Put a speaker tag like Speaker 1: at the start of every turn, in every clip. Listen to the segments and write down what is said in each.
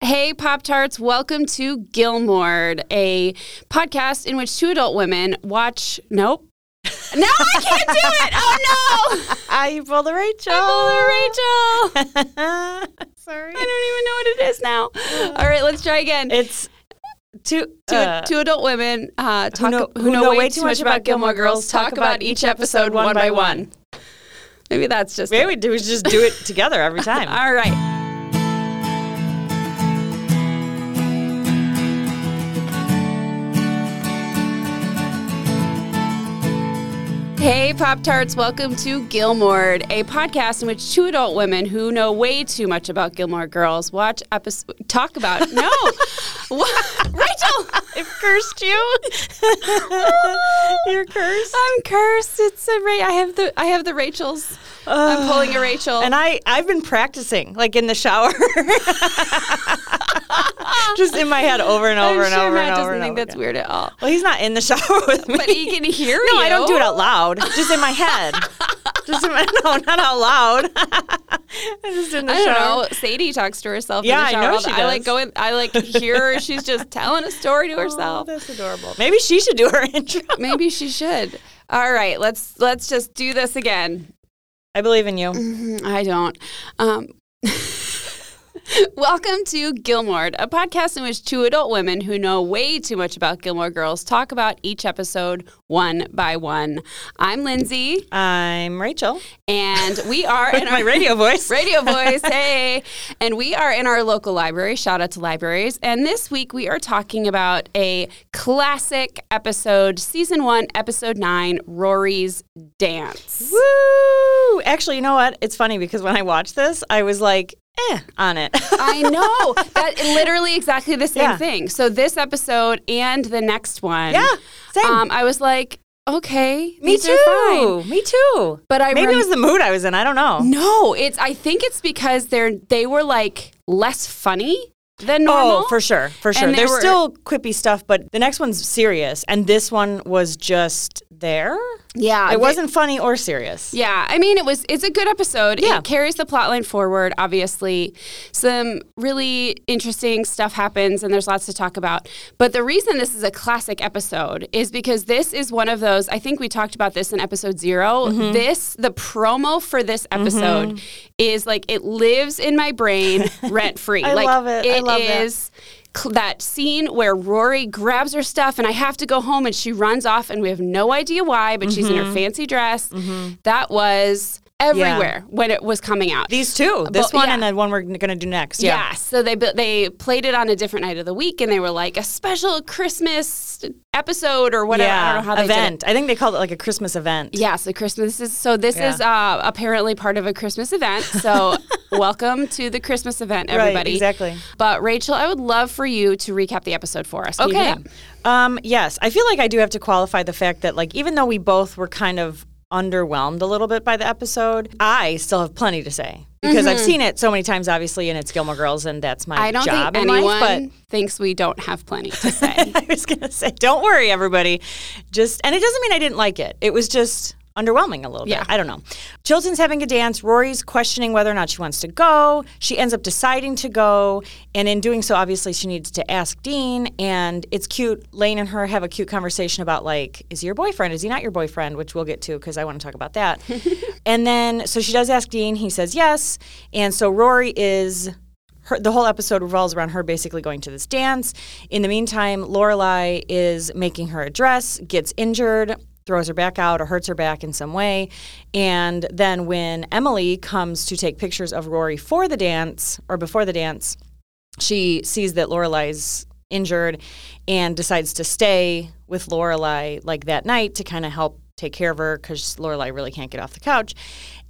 Speaker 1: Hey, Pop Tarts, welcome to Gilmore, a podcast in which two adult women watch. Nope. No, I can't do it. Oh, no.
Speaker 2: Ah, you pulled a Rachel.
Speaker 1: Oh, Rachel. I
Speaker 2: Sorry.
Speaker 1: don't even know what it is now. All right, let's try again.
Speaker 2: It's
Speaker 1: two, two,
Speaker 2: uh,
Speaker 1: two adult women uh, talk, who, know, way, too much about Gilmore Girls talk about each episode one by one. Maybe that's just
Speaker 2: maybe we do is just do it together every time.
Speaker 1: All right. Hey, Pop Tarts, welcome to Gilmore, a podcast in which two adult women who know way too much about Gilmore Girls watch episode, talk about. No! What? Rachel!
Speaker 2: I've cursed you. You're cursed.
Speaker 1: I'm cursed. It's a Ra- I have the I have the Rachels. I'm pulling a Rachel.
Speaker 2: And I, I've been practicing, like in the shower. just in my head over and over
Speaker 1: I'm
Speaker 2: and
Speaker 1: sure
Speaker 2: over
Speaker 1: Matt
Speaker 2: and over.
Speaker 1: doesn't
Speaker 2: and
Speaker 1: think
Speaker 2: over
Speaker 1: that's
Speaker 2: again.
Speaker 1: weird at all.
Speaker 2: Well, he's not in the shower with me.
Speaker 1: But he can hear you.
Speaker 2: no, I don't do it out loud. Just in my head. just in my no, not out loud. I'm just in the
Speaker 1: I
Speaker 2: shower.
Speaker 1: don't know. Sadie talks to herself.
Speaker 2: Yeah,
Speaker 1: in the
Speaker 2: I
Speaker 1: shower
Speaker 2: know
Speaker 1: all the-
Speaker 2: she
Speaker 1: I like
Speaker 2: does.
Speaker 1: go in. I like hear her. She's just telling a story to
Speaker 2: Oh,
Speaker 1: herself.
Speaker 2: that's adorable. Maybe she should do her intro.
Speaker 1: Maybe she should. All right, let's let's just do this again.
Speaker 2: I believe in you.
Speaker 1: Mm, I don't. Um, welcome to Gilmore, a podcast in which two adult women who know way too much about Gilmore Girls talk about each episode one by one. I'm Lindsay,
Speaker 2: I'm Rachel.
Speaker 1: and we are in
Speaker 2: My
Speaker 1: our
Speaker 2: radio voice.
Speaker 1: Radio voice, hey. And we are in our local library. Shout out to libraries. And this week we are talking about a classic episode, season one, episode nine Rory's Dance.
Speaker 2: Woo! Actually, you know what? It's funny because when I watched this, I was like, eh, on it.
Speaker 1: I know. That literally exactly the same
Speaker 2: Yeah.
Speaker 1: thing. So this episode and the next one.
Speaker 2: yeah, same.
Speaker 1: Um, I was like, okay,
Speaker 2: Me
Speaker 1: these are fine.
Speaker 2: too. Me too.
Speaker 1: But I
Speaker 2: Maybe
Speaker 1: rem-
Speaker 2: it was the mood I was in. I don't know.
Speaker 1: No, it's I think it's because they're they were like less funny than normal.
Speaker 2: Oh, for sure, for sure.
Speaker 1: they
Speaker 2: There's
Speaker 1: were-
Speaker 2: still quippy stuff, but the next one's serious, and this one was just there.
Speaker 1: yeah.
Speaker 2: It
Speaker 1: they-
Speaker 2: wasn't funny or serious.
Speaker 1: Yeah, I mean it was it's a good episode.
Speaker 2: Yeah.
Speaker 1: It carries the plot line forward, obviously. Some really interesting stuff happens and there's lots to talk about. But the reason this is a classic episode is because this is one of those I think we talked about this in episode 0.
Speaker 2: Mm-hmm.
Speaker 1: This the promo for this episode is like it lives in my brain rent free.
Speaker 2: I
Speaker 1: like
Speaker 2: love it. I love that.
Speaker 1: is cl- that scene where Rory grabs her stuff and I have to go home and she runs off and we have no idea why, but she's in
Speaker 2: Mm-hmm.
Speaker 1: her fancy dress. That was everywhere when it was coming out.
Speaker 2: These two, this
Speaker 1: But-
Speaker 2: one
Speaker 1: yeah.
Speaker 2: and the one we're going to do next.
Speaker 1: yeah.
Speaker 2: Yeah.
Speaker 1: So they bu- they played it on a different night of the week and they were like a special Christmas episode or whatever. I don't know how they did it.
Speaker 2: event. I think they called it like a Christmas event.
Speaker 1: Yeah, so Christmas is so this
Speaker 2: Yeah.
Speaker 1: is uh, apparently part of a Christmas event. So welcome to the Christmas event, everybody.
Speaker 2: exactly.
Speaker 1: But Rachel, I would love for you to recap the episode for us. Can you do
Speaker 2: Okay.
Speaker 1: that?
Speaker 2: Um, yes, I feel like I do have to qualify the fact that like even though we both were kind of underwhelmed a little bit by the episode, I still have plenty to say because I've seen it so many times, obviously, and it's Gilmore Girls, and that's my
Speaker 1: Mm-hmm. I don't
Speaker 2: job
Speaker 1: think
Speaker 2: in
Speaker 1: anyone
Speaker 2: life.
Speaker 1: thinks we don't have plenty to say.
Speaker 2: But I was gonna say, don't worry, everybody. Just and it doesn't mean I didn't like it. It was just underwhelming a little
Speaker 1: Yeah.
Speaker 2: bit. I don't know. Chilton's having a dance. Rory's questioning whether or not she wants to go. She ends up deciding to go. And in doing so, obviously, she needs to ask Dean. And it's cute. Lane and her have a cute conversation about, like, is he your boyfriend? Is he not your boyfriend? Which we'll get to because I want to talk about that. and then, so she does ask Dean. He says yes. And so Rory is. Her, the whole episode revolves around her basically going to this dance. In the meantime, Lorelai is making her a dress, gets injured, throws her back out or hurts her back in some way. And then when Emily comes to take pictures of Rory for the dance or before the dance, she sees that Lorelai's injured and decides to stay with Lorelai like that night to kind of help take care of her because Lorelai really can't get off the couch.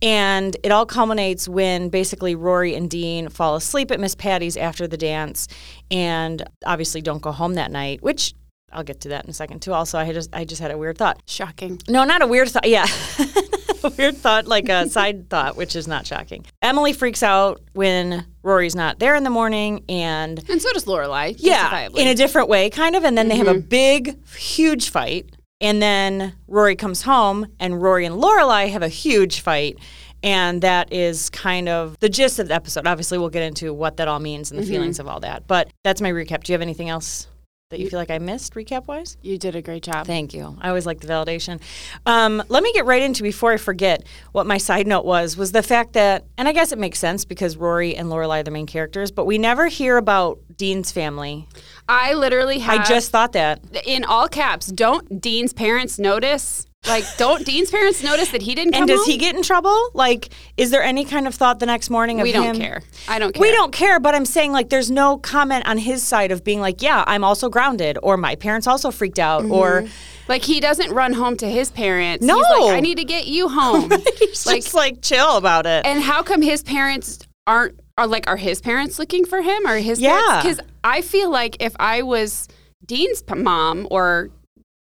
Speaker 2: And it all culminates when basically Rory and Dean fall asleep at Miss Patty's after the dance and obviously don't go home that night, which I'll get to that in a second too. Also, I just I just had a weird thought.
Speaker 1: Shocking.
Speaker 2: No, not a weird thought. Yeah. a weird thought, like a side thought, which is not shocking. Emily freaks out when Rory's not there in the morning and
Speaker 1: And so does Lorelai.
Speaker 2: yeah, in a different way, kind of. And then they have a big, huge fight. And then Rory comes home, and Rory and Lorelai have a huge fight. And that is kind of the gist of the episode. Obviously, we'll get into what that all means and the feelings of all that. But that's my recap. Do you have anything else that you feel like I missed recap wise?
Speaker 1: You did a great job.
Speaker 2: Thank you. I always like the validation. Um, let me get right into before I forget what my side note was was the fact that, and I guess it makes sense because Rory and Lorelai are the main characters, but we never hear about Dean's family.
Speaker 1: I literally have
Speaker 2: I just thought that.
Speaker 1: in all caps. Don't Dean's parents notice? Like, don't Dean's parents notice that he didn't come
Speaker 2: And does
Speaker 1: home?
Speaker 2: he get in trouble? Like, is there any kind of thought the next morning of
Speaker 1: We don't
Speaker 2: him-
Speaker 1: care. I don't care.
Speaker 2: We don't care, but I'm saying like there's no comment on his side of being like, yeah, I'm also grounded, or my parents also freaked out, or
Speaker 1: Like he doesn't run home to his parents.
Speaker 2: No.
Speaker 1: He's like, I need to get you home.
Speaker 2: he's
Speaker 1: Like-
Speaker 2: just like chill about it.
Speaker 1: and how come his parents aren't are like are his parents looking for him or his
Speaker 2: Yeah.
Speaker 1: Because I feel like if I was Dean's p- mom or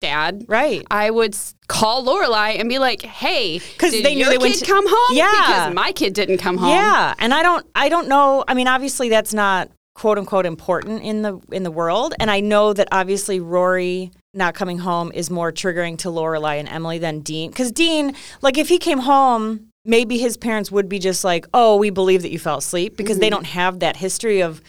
Speaker 1: dad,
Speaker 2: right.
Speaker 1: I would s- call Lorelai and be like, "Hey,
Speaker 2: 'Cause
Speaker 1: did
Speaker 2: they knew
Speaker 1: your
Speaker 2: they
Speaker 1: kid
Speaker 2: went to-
Speaker 1: come home?
Speaker 2: Yeah.
Speaker 1: because my kid didn't come home.
Speaker 2: Yeah, and I don't I don't know. I mean, obviously that's not quote unquote important in the in the world, and I know that obviously Rory not coming home is more triggering to Lorelai and Emily than Dean cuz Dean like if he came home Maybe his parents would be just like, "Oh, we believe that you fell asleep," because they don't have that history of
Speaker 1: Mm-hmm.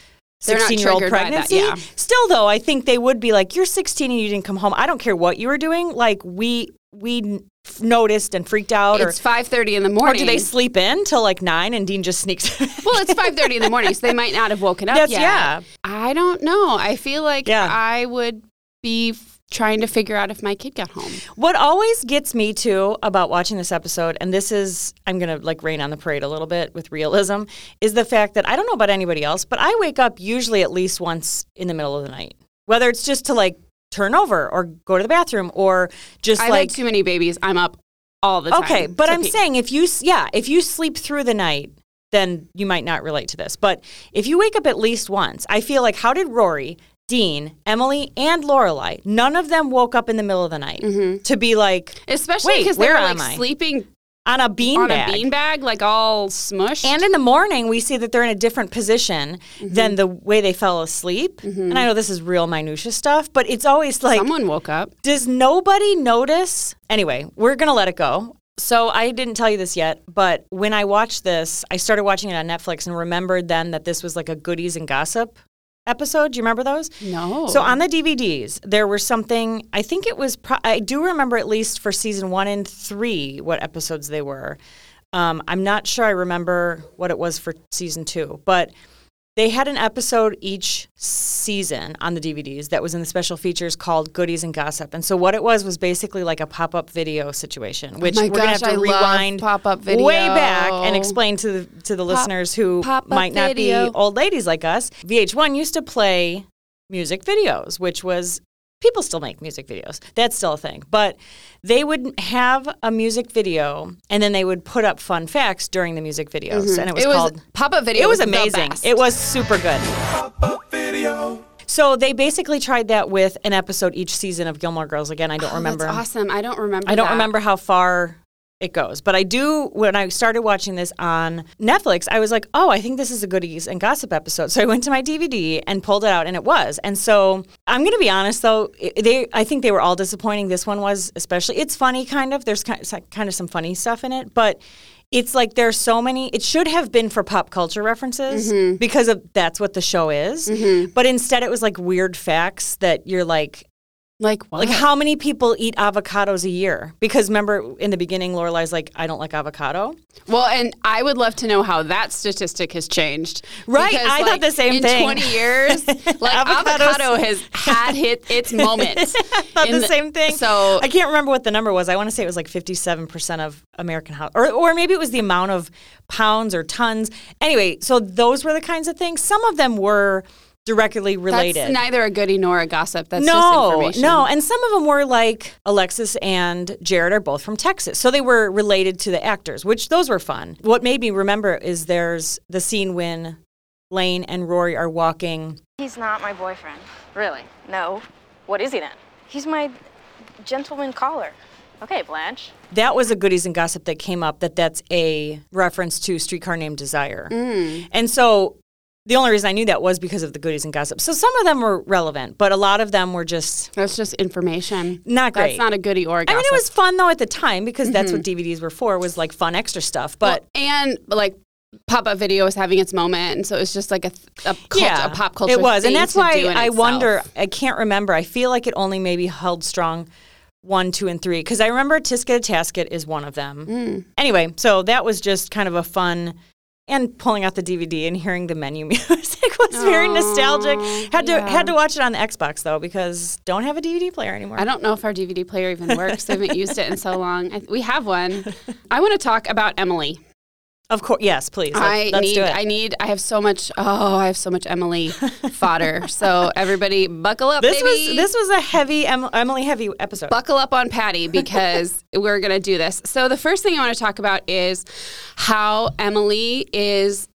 Speaker 1: They're not
Speaker 2: sixteen-year-old
Speaker 1: triggered by that,
Speaker 2: pregnancy.
Speaker 1: yeah.
Speaker 2: Still, though, I think they would be like, "You're sixteen and you didn't come home. I don't care what you were doing. Like we we n- noticed and freaked out, or
Speaker 1: It's five thirty in the morning.
Speaker 2: or do they sleep in till like nine and Dean just sneaks?
Speaker 1: Well, it's five thirty in the morning, so they might not have woken up
Speaker 2: That's-
Speaker 1: yet.
Speaker 2: yeah.
Speaker 1: I don't know. I feel like
Speaker 2: Yeah.
Speaker 1: I would be f- trying to figure out if my kid got home.
Speaker 2: what always gets me too about watching this episode, and this is I'm gonna like rain on the parade a little bit with realism, is the fact that I don't know about anybody else, but I wake up usually at least once in the middle of the night, whether it's just to like turn over or go to the bathroom or just
Speaker 1: I've
Speaker 2: like
Speaker 1: had too many babies. I'm up all the time.
Speaker 2: Okay, but
Speaker 1: to
Speaker 2: I'm
Speaker 1: pee.
Speaker 2: saying if you s- yeah, if you sleep through the night, then you might not relate to this. But if you wake up at least once, I feel like how did Rory, Dean, Emily, and Lorelai, none of them woke up in the middle of the night
Speaker 1: Mm-hmm.
Speaker 2: to be like
Speaker 1: especially
Speaker 2: Wait,
Speaker 1: because they
Speaker 2: where
Speaker 1: were
Speaker 2: am
Speaker 1: like
Speaker 2: I?
Speaker 1: sleeping
Speaker 2: on a beanbag.
Speaker 1: on a beanbag, like all smushed.
Speaker 2: And in the morning, we see that they're in a different position
Speaker 1: Mm-hmm.
Speaker 2: than the way they fell asleep. And I know this is real minutia stuff, but it's always like
Speaker 1: someone woke up.
Speaker 2: Does nobody notice? Anyway, we're going to let it go. So I didn't tell you this yet, but when I watched this, I started watching it on Netflix and remembered then that this was like a goodies and gossip episode. Do you remember those?
Speaker 1: No.
Speaker 2: So on the DVDs, there were something, I think it was, pro- I do remember at least for season one and three what episodes they were. Um, I'm not sure I remember what it was for season two, but they had an episode each season on the DVDs that was in the special features called Goodies and Gossip. And so what it was was basically like a pop up video situation, which
Speaker 1: Oh my
Speaker 2: we're going to
Speaker 1: gosh,
Speaker 2: have
Speaker 1: I
Speaker 2: to
Speaker 1: love
Speaker 2: rewind
Speaker 1: pop-up
Speaker 2: way back and
Speaker 1: video.
Speaker 2: explain to the, to the listeners who
Speaker 1: pop-up
Speaker 2: might not
Speaker 1: video.
Speaker 2: be old ladies like us. VH1 used to play music videos, which was people still make music videos. That's still a thing. But they would have a music video and then they would put up fun facts during the music videos. And it was,
Speaker 1: Mm-hmm. it was
Speaker 2: called
Speaker 1: pop up video.
Speaker 2: It was
Speaker 1: the
Speaker 2: amazing.
Speaker 1: best.
Speaker 2: It was super good.
Speaker 3: video.
Speaker 2: So they basically tried that with an episode each season of Gilmore Girls. Again, I don't remember.
Speaker 1: Oh, That's awesome. I don't remember.
Speaker 2: I don't
Speaker 1: that.
Speaker 2: remember how far it goes, but I do. When I started watching this on Netflix, I was like, "Oh, I think this is a goodies and gossip episode." So I went to my DVD and pulled it out, and it was. And so I'm going to be honest, though, i- they I think they were all disappointing. This one was especially. It's funny, kind of. There's ki- so- kind of some funny stuff in it, but. It's like there's so many. It should have been for pop culture references because of that's what the show is. But instead, it was like weird facts that you're like,
Speaker 1: Like what?
Speaker 2: like how many people eat avocados a year? Because remember in the beginning, Lorelai's like, I don't like avocado.
Speaker 1: Well, and I would love to know how that statistic has changed.
Speaker 2: Right, I thought the same
Speaker 1: in
Speaker 2: thing.
Speaker 1: In 20 years, like
Speaker 2: Avocados-
Speaker 1: avocado has had hit its moment.
Speaker 2: Not
Speaker 1: In
Speaker 2: the, same thing.
Speaker 1: So
Speaker 2: I can't remember what the number was. I want to say it was like fifty-seven percent of American house, or or maybe it was the amount of pounds or tons. Anyway, so those were the kinds of things. Some of them were directly related.
Speaker 1: that's neither a goodie nor a gossip. That's just
Speaker 2: no,
Speaker 1: information.
Speaker 2: no, and some of them were like Alexis and Jared are both from Texas, so they were related to the actors, which those were fun. What made me remember is there's the scene when Lane and Rory are walking.
Speaker 4: He's not my boyfriend.
Speaker 5: Really?
Speaker 4: No.
Speaker 5: What is he then?
Speaker 4: He's my gentleman caller.
Speaker 5: Okay, Blanche.
Speaker 2: That was a goodies and gossip that came up that that's a reference to Streetcar Named Desire, and so. the only reason I knew that was because of the goodies and gossip. So some of them were relevant, but a lot of them were just
Speaker 1: That's just information.
Speaker 2: Not great.
Speaker 1: That's not a goody or a
Speaker 2: I mean, it
Speaker 1: gossip.
Speaker 2: was fun though at the time because that's what DVDs were for was like fun extra stuff. But
Speaker 1: and like pop up video was having its moment, and so it was just like a, th- a, cult- a pop culture.
Speaker 2: It was,
Speaker 1: thing
Speaker 2: and that's
Speaker 1: to
Speaker 2: why
Speaker 1: do in
Speaker 2: I
Speaker 1: itself.
Speaker 2: wonder. I can't remember. I feel like it only maybe held strong one, two, and three because I remember Tisket a Tasket is one of them.
Speaker 1: Mm.
Speaker 2: Anyway, so that was just kind of a fun. And pulling out the DVD and hearing the menu music was very nostalgic. Had to had to watch it on the Xbox though because don't have a DVD player anymore.
Speaker 1: I don't know if our DVD player even works. I haven't used it in so long. I, we have one. I want to talk about Emily.
Speaker 2: of course, yes, please. Let's,
Speaker 1: I
Speaker 2: let's
Speaker 1: need.
Speaker 2: do it.
Speaker 1: I need. I have so much. Oh, I have so much Emily fodder. So everybody, buckle up,
Speaker 2: this
Speaker 1: baby.
Speaker 2: was this was a heavy Em- Emily heavy episode.
Speaker 1: buckle up on Patty because we're going to do this. So, the first thing I want to talk about is how Emily is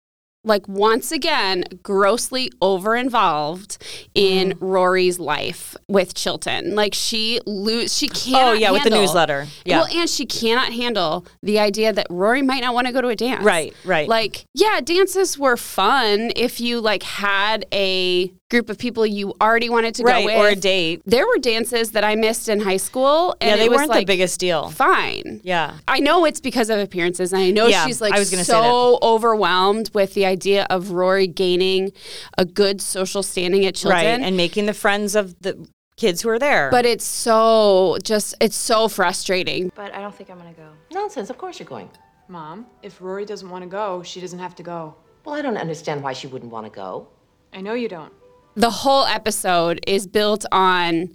Speaker 1: like once again grossly over involved
Speaker 2: Mm.
Speaker 1: in Rory's life with Chilton. Like she lose she can't
Speaker 2: oh yeah, with the newsletter. Yeah,
Speaker 1: Well, and she cannot handle the idea that Rory might not want to go to a dance.
Speaker 2: Right, right.
Speaker 1: Like, yeah, dances were fun if you like had a group of people you already wanted to go
Speaker 2: right
Speaker 1: with
Speaker 2: or a date.
Speaker 1: there were dances that I missed in high school, and
Speaker 2: Yeah, they
Speaker 1: it was
Speaker 2: weren't
Speaker 1: like,
Speaker 2: the biggest deal.
Speaker 1: Fine.
Speaker 2: Yeah.
Speaker 1: I know it's because of appearances, and I know
Speaker 2: Yeah,
Speaker 1: she's like
Speaker 2: I was gonna say
Speaker 1: so overwhelmed with the idea of Rory gaining a good social standing at Chilton.
Speaker 2: Right. And making the friends of the kids who are there.
Speaker 1: but it's so just it's so frustrating.
Speaker 4: But I don't think I'm gonna go.
Speaker 6: Nonsense, of course you're going.
Speaker 7: Mom, if Rory doesn't want to go, she doesn't have to go.
Speaker 6: Well, I don't understand why she wouldn't want to go.
Speaker 7: I know you don't.
Speaker 1: The whole episode is built on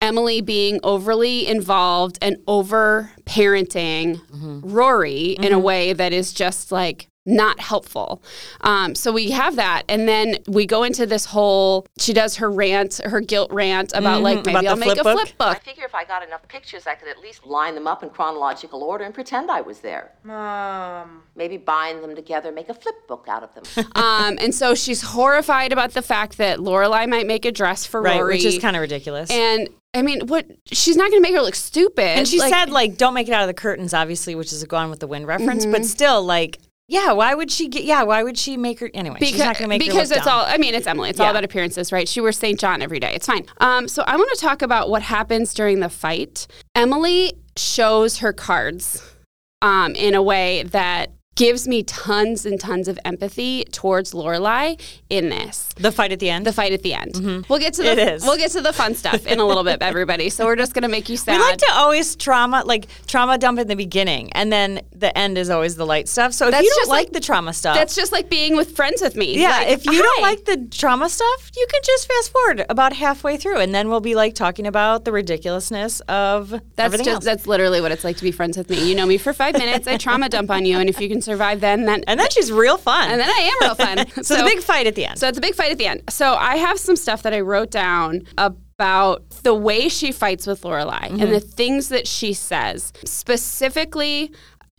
Speaker 1: Emily being overly involved and over parenting
Speaker 2: Mm-hmm.
Speaker 1: Rory in a way that is just like not helpful. Um, so we have that. And then we go into this whole, she does her rant, her guilt rant about like, maybe
Speaker 2: Mm-hmm. about the
Speaker 1: I'll make
Speaker 2: flip
Speaker 1: a
Speaker 2: book?
Speaker 1: flip book.
Speaker 6: I figure if I got enough pictures, I could at least line them up in chronological order and pretend I was there.
Speaker 7: Mom.
Speaker 6: Maybe bind them together, make a flip book out of them.
Speaker 1: Um, and so she's horrified about the fact that Lorelai might make a dress for
Speaker 2: right,
Speaker 1: Rory.
Speaker 2: which is kind of ridiculous. And,
Speaker 1: And I mean, what? She's not going to make her look stupid. And
Speaker 2: she said, like, don't make it out of the curtains, obviously, which is a Gone with the Wind reference, but
Speaker 1: Mm-hmm.
Speaker 2: still, like, yeah, why would she get, yeah, why would she make her, anyway, she's not going to make her
Speaker 1: because
Speaker 2: look
Speaker 1: it's
Speaker 2: dumb.
Speaker 1: all i mean it's emily it's all
Speaker 2: Yeah.
Speaker 1: about appearances right she wears st john every day it's fine um, so i want to talk about what happens during the fight emily shows her cards um, in a way that gives me tons and tons of empathy towards lorelei in this
Speaker 2: the fight at the end.
Speaker 1: the fight at the end we'll get to the
Speaker 2: Mm-hmm. It is.
Speaker 1: we'll get to the fun stuff in a little bit everybody so we're just gonna make you sad
Speaker 2: we like to always trauma, like trauma dump in the beginning, and then the end is always the light stuff. So if
Speaker 1: That's
Speaker 2: you don't
Speaker 1: just
Speaker 2: like,
Speaker 1: like-
Speaker 2: the trauma stuff,
Speaker 1: that's just like being with friends with me
Speaker 2: yeah.
Speaker 1: Like,
Speaker 2: if you don't
Speaker 1: hi.
Speaker 2: like the trauma stuff, you can just fast forward about halfway through, and then we'll be like talking about the ridiculousness of
Speaker 1: That's
Speaker 2: everything
Speaker 1: just
Speaker 2: else.
Speaker 1: that's literally what it's like to be friends with me. You know me for five minutes. I trauma dump on you, and if you can survive, then then
Speaker 2: and then she's real fun.
Speaker 1: and then I am real fun.
Speaker 2: so, the big fight at the end.
Speaker 1: So it's a big fight at the end. So I have some stuff that I wrote down about the way she fights with Lorelai
Speaker 2: Mm-hmm.
Speaker 1: and the things that she says. Specifically,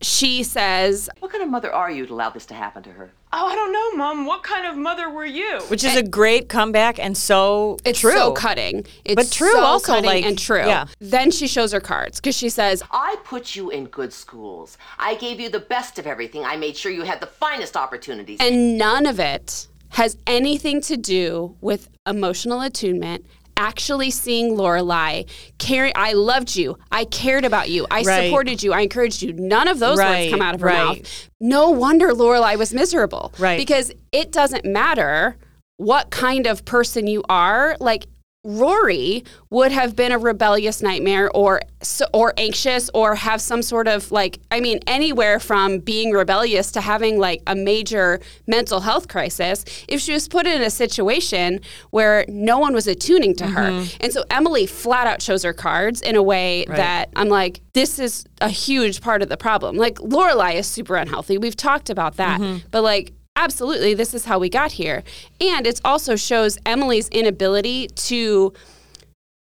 Speaker 1: she says
Speaker 6: what kind of mother are you to allow this to happen to her?
Speaker 7: Oh, I don't know, Mom. What kind of mother were you?
Speaker 2: which is a great comeback and so
Speaker 1: it's
Speaker 2: true.
Speaker 1: so cutting. It's
Speaker 2: But true
Speaker 1: so
Speaker 2: also,
Speaker 1: cutting
Speaker 2: like,
Speaker 1: and true.
Speaker 2: yeah.
Speaker 1: Then she shows her cards because she says,
Speaker 6: I put you in good schools. I gave you the best of everything. I made sure you had the finest opportunities.
Speaker 1: And none of it has anything to do with emotional attunement. Actually seeing Lorelai, caring, I loved you, I cared about you, I
Speaker 2: Right.
Speaker 1: supported you, I encouraged you. None of those
Speaker 2: Right,
Speaker 1: words come out of her
Speaker 2: right.
Speaker 1: mouth. No wonder Lorelai was miserable,
Speaker 2: Right.
Speaker 1: Because it doesn't matter what kind of person you are. Like Rory would have been a rebellious nightmare, or so- or anxious, or have some sort of like I mean, anywhere from being rebellious to having like a major mental health crisis. If she was put in a situation where no one was attuning to her, and so Emily flat out shows her cards in a way that I'm like, this is a huge part of the problem. Like Lorelai is super unhealthy. We've talked about that, but like absolutely this is how we got here and it also shows emily's inability to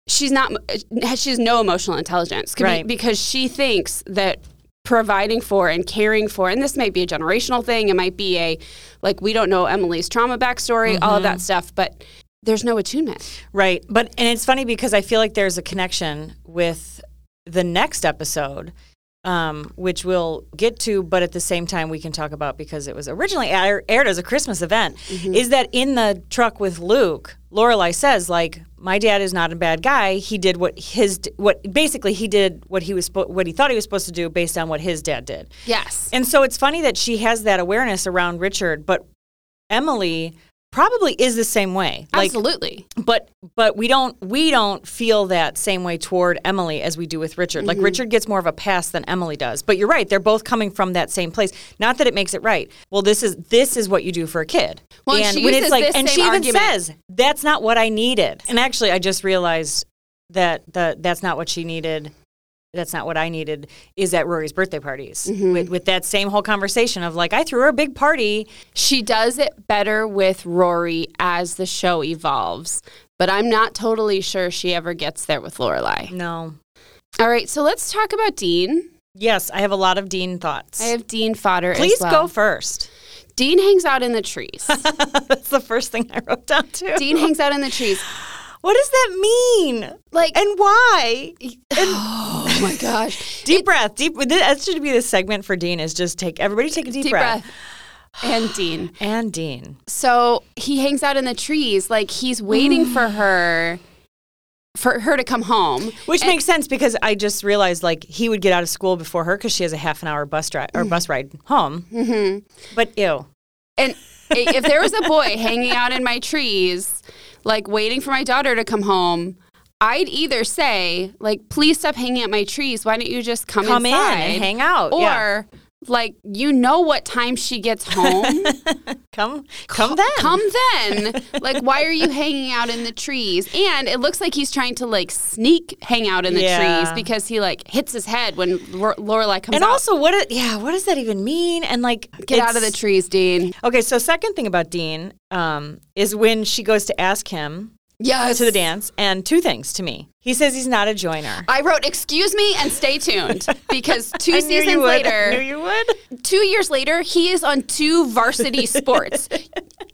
Speaker 1: she's not she has no emotional intelligence could be-
Speaker 2: Right.
Speaker 1: because she thinks that providing for and caring for and this might be a generational thing it might be a like we don't know emily's trauma backstory all of
Speaker 2: Mm-hmm.
Speaker 1: that stuff but there's no attunement
Speaker 2: Right. But and it's funny because I feel like there's a connection with the next episode um, which we'll get to, but at the same time, we can talk about because it was originally air- aired as a Christmas event.
Speaker 1: Mm-hmm.
Speaker 2: Is that in the truck with Luke? Lorelai says, like, my dad is not a bad guy. He did what his what basically he did what he was spo- what he thought he was supposed to do based on what his dad did.
Speaker 1: Yes.
Speaker 2: And so it's funny that she has that awareness around Richard, but Emily probably is the same way. Like,
Speaker 1: Absolutely.
Speaker 2: but but we don't we don't feel that same way toward Emily as we do with Richard.
Speaker 1: Mm-hmm.
Speaker 2: Like Richard gets more of a pass than Emily does. But you're right; they're both coming from that same place. Not that it makes it right. Well, this is this is what you do for a kid.
Speaker 1: Well, and she uses this
Speaker 2: and she
Speaker 1: same
Speaker 2: even
Speaker 1: argument-
Speaker 2: says that's not what I needed. And actually, I just realized that the that's not what she needed. That's not what I needed. Is at Rory's birthday parties
Speaker 1: Mm-hmm.
Speaker 2: with, with that same whole conversation of like I threw her a big party.
Speaker 1: She does it better with Rory as the show evolves, but I'm not totally sure she ever gets there with Lorelai.
Speaker 2: No.
Speaker 1: All right, so let's talk about Dean.
Speaker 2: Yes, I have a lot of Dean thoughts.
Speaker 1: I have Dean fodder. as
Speaker 2: Please
Speaker 1: well.
Speaker 2: go first.
Speaker 1: Dean hangs out in the trees.
Speaker 2: That's the first thing I wrote down too.
Speaker 1: Dean hangs out in the trees.
Speaker 2: what does that mean?
Speaker 1: Like-
Speaker 2: and why?
Speaker 1: Oh my gosh.
Speaker 2: Deep breath. Deep. That should be the segment for Dean. Is just take everybody take a deep,
Speaker 1: Deep breath. And Dean.
Speaker 2: And Dean.
Speaker 1: So he hangs out in the trees, like he's waiting for her, for her to come home.
Speaker 2: Which makes sense because I just realized like he would get out of school before her because she has a half an hour bus drive or bus ride home. Mm-hmm. But ew.
Speaker 1: And i- if there was a boy hanging out in my trees, like waiting for my daughter to come home, I'd either say, like, please stop hanging out my trees. Why don't you just come,
Speaker 2: Come in
Speaker 1: inside?
Speaker 2: and hang out,
Speaker 1: Or,
Speaker 2: yeah.
Speaker 1: like, you know what time she gets home.
Speaker 2: Come, come then.
Speaker 1: Come then. Like, why are you hanging out in the trees? And it looks like he's trying to, like, sneak hang out in the
Speaker 2: Yeah.
Speaker 1: trees because he, like, hits his head when Lor- Lorelai comes
Speaker 2: And
Speaker 1: out.
Speaker 2: also, what? It, yeah, what does that even mean? And like,
Speaker 1: Get out of the
Speaker 2: it's-
Speaker 1: trees, Dean.
Speaker 2: Okay, so second thing about Dean um, is when she goes to ask him
Speaker 1: Yes.
Speaker 2: to the dance, and two things to me. He says he's not a joiner.
Speaker 1: I wrote, "Excuse me," and stay tuned because two
Speaker 2: I knew you
Speaker 1: seasons
Speaker 2: would.
Speaker 1: later,
Speaker 2: I knew you would.
Speaker 1: two years later, he is on two varsity sports,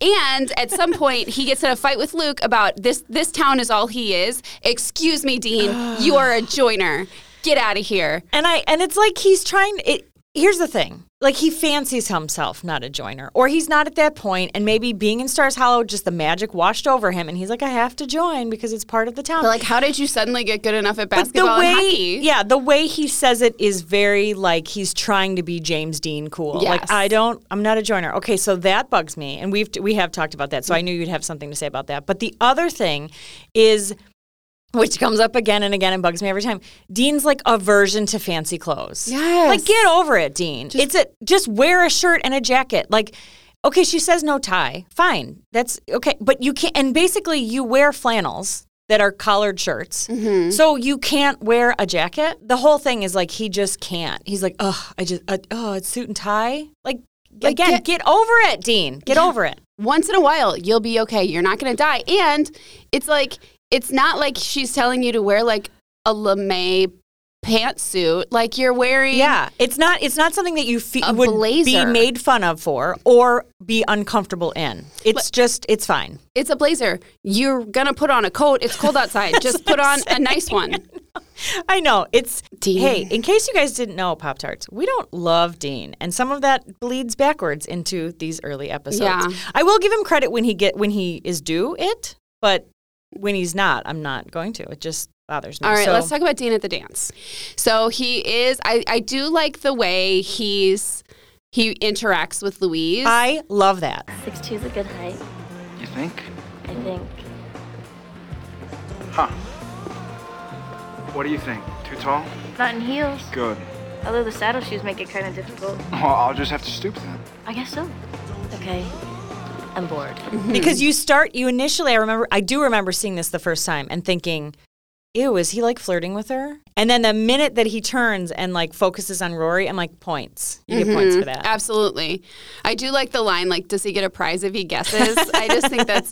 Speaker 1: and at some point, he gets in a fight with Luke about this. This town is all he is. Excuse me, Dean, you are a joiner. Get out of here.
Speaker 2: And I and it's like he's trying. It, here's the thing: like he fancies himself not a joiner, or he's not at that point, and maybe being in Stars Hollow, just the magic washed over him, and he's like, I have to join because it's part of the town.
Speaker 1: But like, how did you suddenly get good enough at
Speaker 2: But the
Speaker 1: basketball
Speaker 2: way,
Speaker 1: and hockey?
Speaker 2: yeah, the way he says it is very like he's trying to be James Dean cool.
Speaker 1: Yes.
Speaker 2: Like I don't, I'm not a joiner. Okay, so that bugs me, and we've we have talked about that. So I knew you'd have something to say about that. But the other thing is, which comes up again and again and bugs me every time. Dean's like aversion to fancy clothes.
Speaker 1: Yes.
Speaker 2: like get over it, Dean. it's a just wear a shirt and a jacket, like. Okay, she says no tie. Fine. That's okay. But you can't, and basically, you wear flannels that are collared shirts.
Speaker 1: Mm-hmm.
Speaker 2: So you can't wear a jacket. The whole thing is like, he just can't. He's like, oh, I just, uh, oh, it's suit and tie. Like, again,
Speaker 1: get-
Speaker 2: get, over it, Dean. Get over it.
Speaker 1: once in a while you'll be okay you're not going to die and it's like it's not like she's telling you to wear like a lame pantsuit like you're wearing
Speaker 2: Yeah, it's not. It's not something that you fe-
Speaker 1: A
Speaker 2: would be
Speaker 1: blazer.
Speaker 2: made fun of for or be uncomfortable in. It's just, it's fine.
Speaker 1: it's a blazer you're going to put on a coat it's cold outside just put on a nice one
Speaker 2: I know. It's
Speaker 1: Dean.
Speaker 2: Hey, in case you guys didn't know, Pop Tarts, we don't love Dean, and some of that bleeds backwards into these early episodes.
Speaker 1: Yeah.
Speaker 2: I will give him credit when he get when he is due it, but when he's not, I'm not going to. It just bothers me.
Speaker 1: All right,
Speaker 2: So-
Speaker 1: let's talk about Dean at the dance. So he is. I, I do like the way he's he interacts with Louise.
Speaker 2: I love that.
Speaker 8: Six two's a good height,
Speaker 9: You think?
Speaker 8: I think.
Speaker 9: Huh. What do you think? Too tall?
Speaker 8: Not in heels,
Speaker 9: Good.
Speaker 8: although the saddle shoes make it kind of difficult.
Speaker 9: Well, I'll just have to stoop then.
Speaker 8: I guess so. Okay, I'm bored.
Speaker 2: because you start you initially i remember i do remember seeing this the first time and thinking ew is he like flirting with her and then the minute that he turns and like focuses on rory i'm like points you get points
Speaker 1: Mm-hmm.
Speaker 2: for that
Speaker 1: Absolutely. I do like the line, like, does he get a prize if he guesses? I just think that's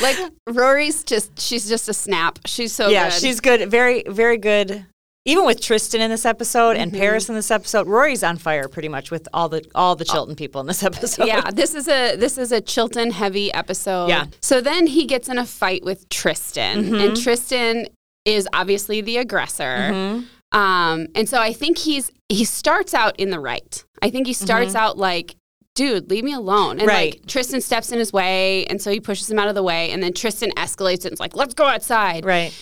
Speaker 1: like Rory's just, she's just a snap. She's so
Speaker 2: yeah
Speaker 1: good.
Speaker 2: she's good very very good even with Tristan in this episode and
Speaker 1: Mm-hmm.
Speaker 2: Paris in this episode, Rory's on fire pretty much with all the all the Chilton people in this episode.
Speaker 1: Uh, yeah, this is a this is a Chilton heavy episode.
Speaker 2: Yeah. Mm-hmm.
Speaker 1: So then he gets in a fight with Tristan, and Tristan is obviously the aggressor.
Speaker 2: Mm-hmm.
Speaker 1: Um, and so I think he's he starts out in the right. I think he starts out like, dude, leave me alone. And
Speaker 2: Mm-hmm. Right.
Speaker 1: like Tristan steps in his way, and so he pushes him out of the way, and then Tristan escalates it and's like, let's go outside.
Speaker 2: Right.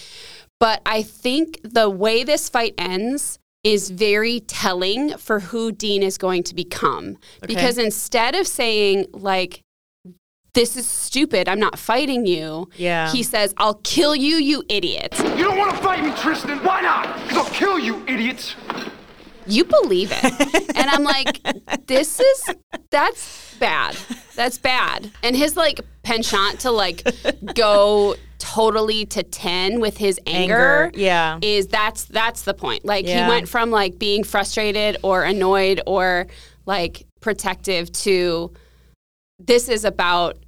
Speaker 1: But I think the way this fight ends is very telling for who Dean is going to become. Because instead of saying, like, this is stupid, I'm not fighting you,
Speaker 2: Yeah.
Speaker 1: he says, I'll kill you, you idiot.
Speaker 9: You don't want to fight me, Tristan. Why not? Because I'll kill you, idiots.
Speaker 1: You believe it. and I'm like, this is, that's bad. That's bad. And his, like, penchant to, like, go totally to 10 with his anger.
Speaker 2: Yeah.
Speaker 1: is that's that's the point. Like
Speaker 2: Yeah.
Speaker 1: he went from like being frustrated or annoyed or like protective to this is about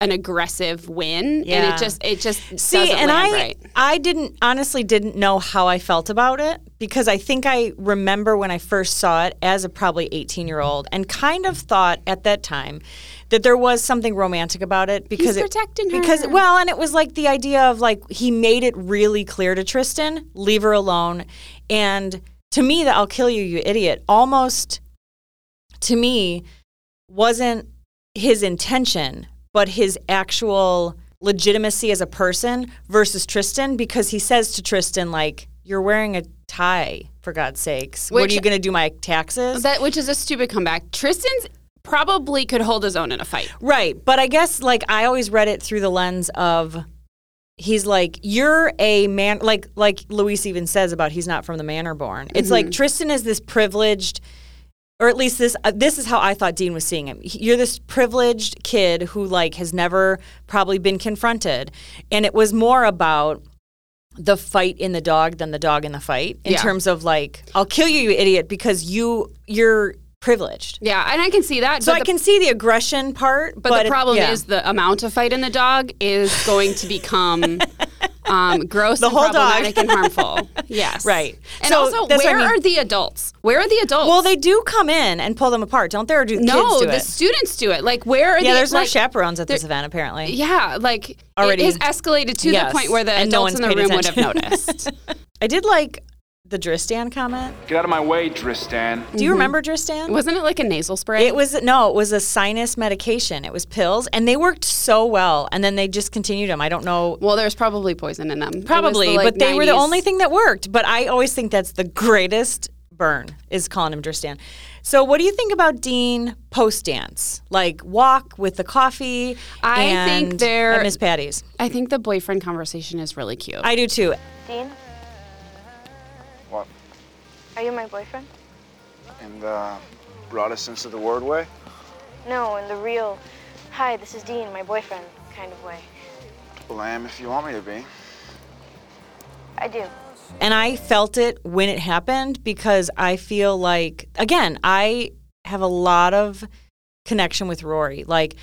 Speaker 1: an aggressive win, and
Speaker 2: Yeah.
Speaker 1: it just it just
Speaker 2: See,
Speaker 1: doesn't
Speaker 2: and
Speaker 1: land
Speaker 2: I
Speaker 1: right.
Speaker 2: I didn't honestly didn't know how I felt about it because I think I remember when I first saw it as a probably 18-year-old and kind of thought at that time that there was something romantic about it because it-
Speaker 1: protecting
Speaker 2: Because
Speaker 1: her.
Speaker 2: well, and it was like the idea of like he made it really clear to Tristan, leave her alone and to me that I'll kill you you idiot almost to me wasn't his intention, but his actual legitimacy as a person versus Tristan because he says to Tristan, like, you're wearing a tie, for God's sakes. what
Speaker 1: Which-
Speaker 2: are you going to do, my taxes?
Speaker 1: That which is a stupid comeback. Tristan's probably could hold his own in a fight.
Speaker 2: right. But I guess, like, I always read it through the lens of he's like, you're a man, like, like Luis even says about he's not from the manor born. It's like Tristan is this privileged or at least this uh, this is how I thought Dean was seeing him. He- You're this privileged kid who like has never probably been confronted, and it was more about the fight in the dog than the dog in the fight in
Speaker 1: Yeah.
Speaker 2: terms of like I'll kill you, you idiot, because you you're privileged.
Speaker 1: Yeah, and I can see that.
Speaker 2: So
Speaker 1: but
Speaker 2: I
Speaker 1: the-
Speaker 2: can see the aggression part, but,
Speaker 1: But, the
Speaker 2: it-
Speaker 1: problem
Speaker 2: yeah.
Speaker 1: is the amount of fight in the dog is going to become um, gross, and
Speaker 2: whole dog.
Speaker 1: problematic, and harmful. Yes,
Speaker 2: Right.
Speaker 1: And
Speaker 2: So
Speaker 1: also,
Speaker 2: that's what I
Speaker 1: where
Speaker 2: mean.
Speaker 1: are the adults? Where are the adults?
Speaker 2: well, they do come in and pull them apart, don't they? Or do the
Speaker 1: no,
Speaker 2: kids do
Speaker 1: the
Speaker 2: it?
Speaker 1: students do it. Like, where are
Speaker 2: yeah,
Speaker 1: the,
Speaker 2: there's no
Speaker 1: like,
Speaker 2: chaperones at this event apparently.
Speaker 1: Yeah, like
Speaker 2: Already-
Speaker 1: it has escalated to
Speaker 2: Yes,
Speaker 1: the point where the
Speaker 2: and no
Speaker 1: adults in
Speaker 2: one's
Speaker 1: the room
Speaker 2: paid
Speaker 1: would have
Speaker 2: attention.
Speaker 1: noticed.
Speaker 2: I did like the Dristan comment.
Speaker 9: Get out of my way, Tristan.
Speaker 2: Do
Speaker 1: Mm-hmm.
Speaker 2: you remember Dristan?
Speaker 1: Wasn't it like a nasal spray?
Speaker 2: It was no, it was a sinus medication. It was pills, and they worked so well. And then they just continued them. I don't know,
Speaker 1: Well, there's probably poison in them. It was the,
Speaker 2: probably,
Speaker 1: like,
Speaker 2: but they were the
Speaker 1: 90s.
Speaker 2: only thing that worked. But I always think that's the greatest burn is calling him Dristan. So, what do you think about Dean post dance, like walk with the coffee?
Speaker 1: I think
Speaker 2: and-
Speaker 1: they're-
Speaker 2: at Miss Patty's.
Speaker 1: I think the boyfriend conversation is really cute.
Speaker 2: I do too.
Speaker 4: Dean,
Speaker 10: What?
Speaker 4: are you my boyfriend?
Speaker 10: In the broadest sense of the word way?
Speaker 4: No, in the real, hi, this is Dean, my boyfriend kind of way.
Speaker 10: Well, I am if you want me to be.
Speaker 4: I do.
Speaker 2: And I felt it when it happened because I feel like, again, I have a lot of connection with Rory. Like,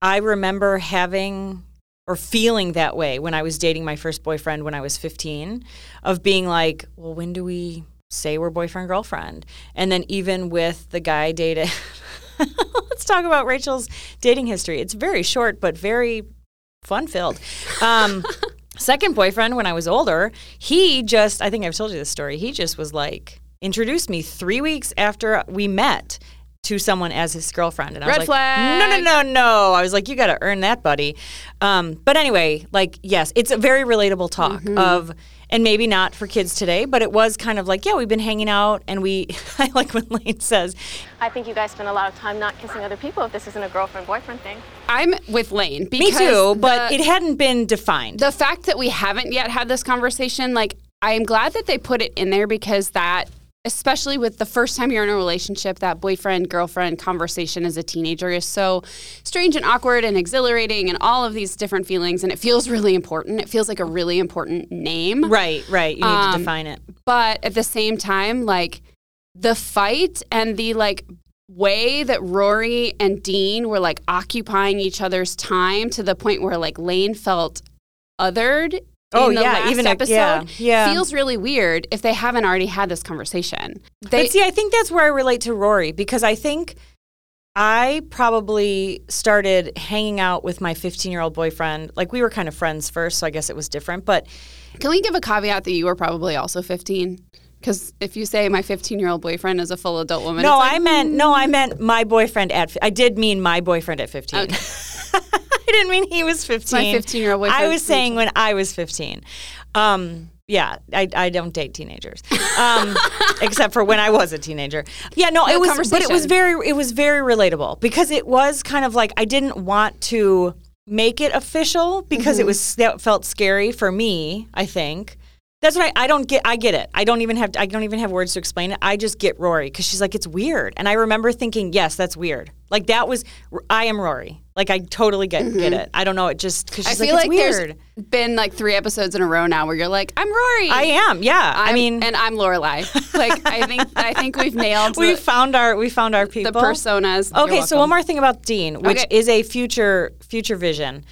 Speaker 2: I remember having or feeling that way when I was dating my first boyfriend when I was 15 of being like, well, when do we say we're boyfriend, girlfriend? And then even with the guy I dated, let's talk about Rachel's dating history. It's very short, but very fun filled. Um, second boyfriend, when I was older, he just, I think I've told you this story, he just was like, introduced me three weeks after we met to someone as his girlfriend. And I was
Speaker 1: Red
Speaker 2: like,
Speaker 1: flag.
Speaker 2: no, no, no, no. I was like, you got to earn that, buddy. Um, but anyway, like, yes, it's a very relatable talk
Speaker 1: Mm-hmm.
Speaker 2: of, and maybe not for kids today, but it was kind of like, yeah, we've been hanging out and we, I like when Lane says,
Speaker 5: I think you guys spend a lot of time not kissing other people if this isn't a girlfriend boyfriend thing.
Speaker 1: I'm with Lane.
Speaker 2: me
Speaker 1: Because
Speaker 2: too, but
Speaker 1: the-
Speaker 2: it hadn't been defined.
Speaker 1: the fact that we haven't yet had this conversation, like, I am glad that they put it in there because that, especially with the first time you're in a relationship, that boyfriend girlfriend conversation as a teenager is so strange and awkward and exhilarating and all of these different feelings. And it feels really important. It feels like a really important name.
Speaker 2: right, right. You need to
Speaker 1: Um,
Speaker 2: define it.
Speaker 1: But at the same time, like, the fight and the like way that Rory and Dean were like occupying each other's time to the point where like Lane felt othered
Speaker 2: Oh,
Speaker 1: in the
Speaker 2: yeah,
Speaker 1: last
Speaker 2: even if-
Speaker 1: episode
Speaker 2: yeah, yeah.
Speaker 1: feels really weird if they haven't already had this conversation. They
Speaker 2: but see, I think that's where I relate to Rory because I think I probably started hanging out with my 15 year old boyfriend. Like we were kind of friends first, so I guess it was different. But
Speaker 1: can we give a caveat that you were probably also 15? Because if you say my 15 year old boyfriend is a full adult woman,
Speaker 2: No,
Speaker 1: it's like, mm.
Speaker 2: I meant no, I meant my boyfriend at. fi- I did mean my boyfriend at fifteen. I didn't mean he was fifteen.
Speaker 1: 15-year-old
Speaker 2: I
Speaker 1: boyfriend.
Speaker 2: was saying when I was fifteen. Um, yeah, I, I don't date teenagers, um, except for when I was a teenager. Yeah, no, it was, but it was
Speaker 1: conversation.
Speaker 2: very, it was very relatable because it was kind of like I didn't want to make it official because
Speaker 1: Mm-hmm.
Speaker 2: it was that felt scary for me. I think that's right. I don't get. I get it. I don't even have. I don't even have words to explain it. I just get Rory because she's like, it's weird, and I remember thinking, yes, that's weird. Like that was. I am Rory. Like I totally get get it. I don't know. It just because
Speaker 1: Mm-hmm. I
Speaker 2: she's
Speaker 1: feel
Speaker 2: like,
Speaker 1: like, there's
Speaker 2: it's weird.
Speaker 1: been like three episodes in a row now where you're like, I'm Rory.
Speaker 2: I am. Yeah. i
Speaker 1: I'm-
Speaker 2: mean,
Speaker 1: and I'm Lorelai. Like, I think I think we've nailed
Speaker 2: we
Speaker 1: the,
Speaker 2: found our we found our
Speaker 1: the
Speaker 2: people.
Speaker 1: personas. You're
Speaker 2: Okay, so
Speaker 1: welcome.
Speaker 2: one more thing about Dean, which
Speaker 1: Okay.
Speaker 2: is a future future vision.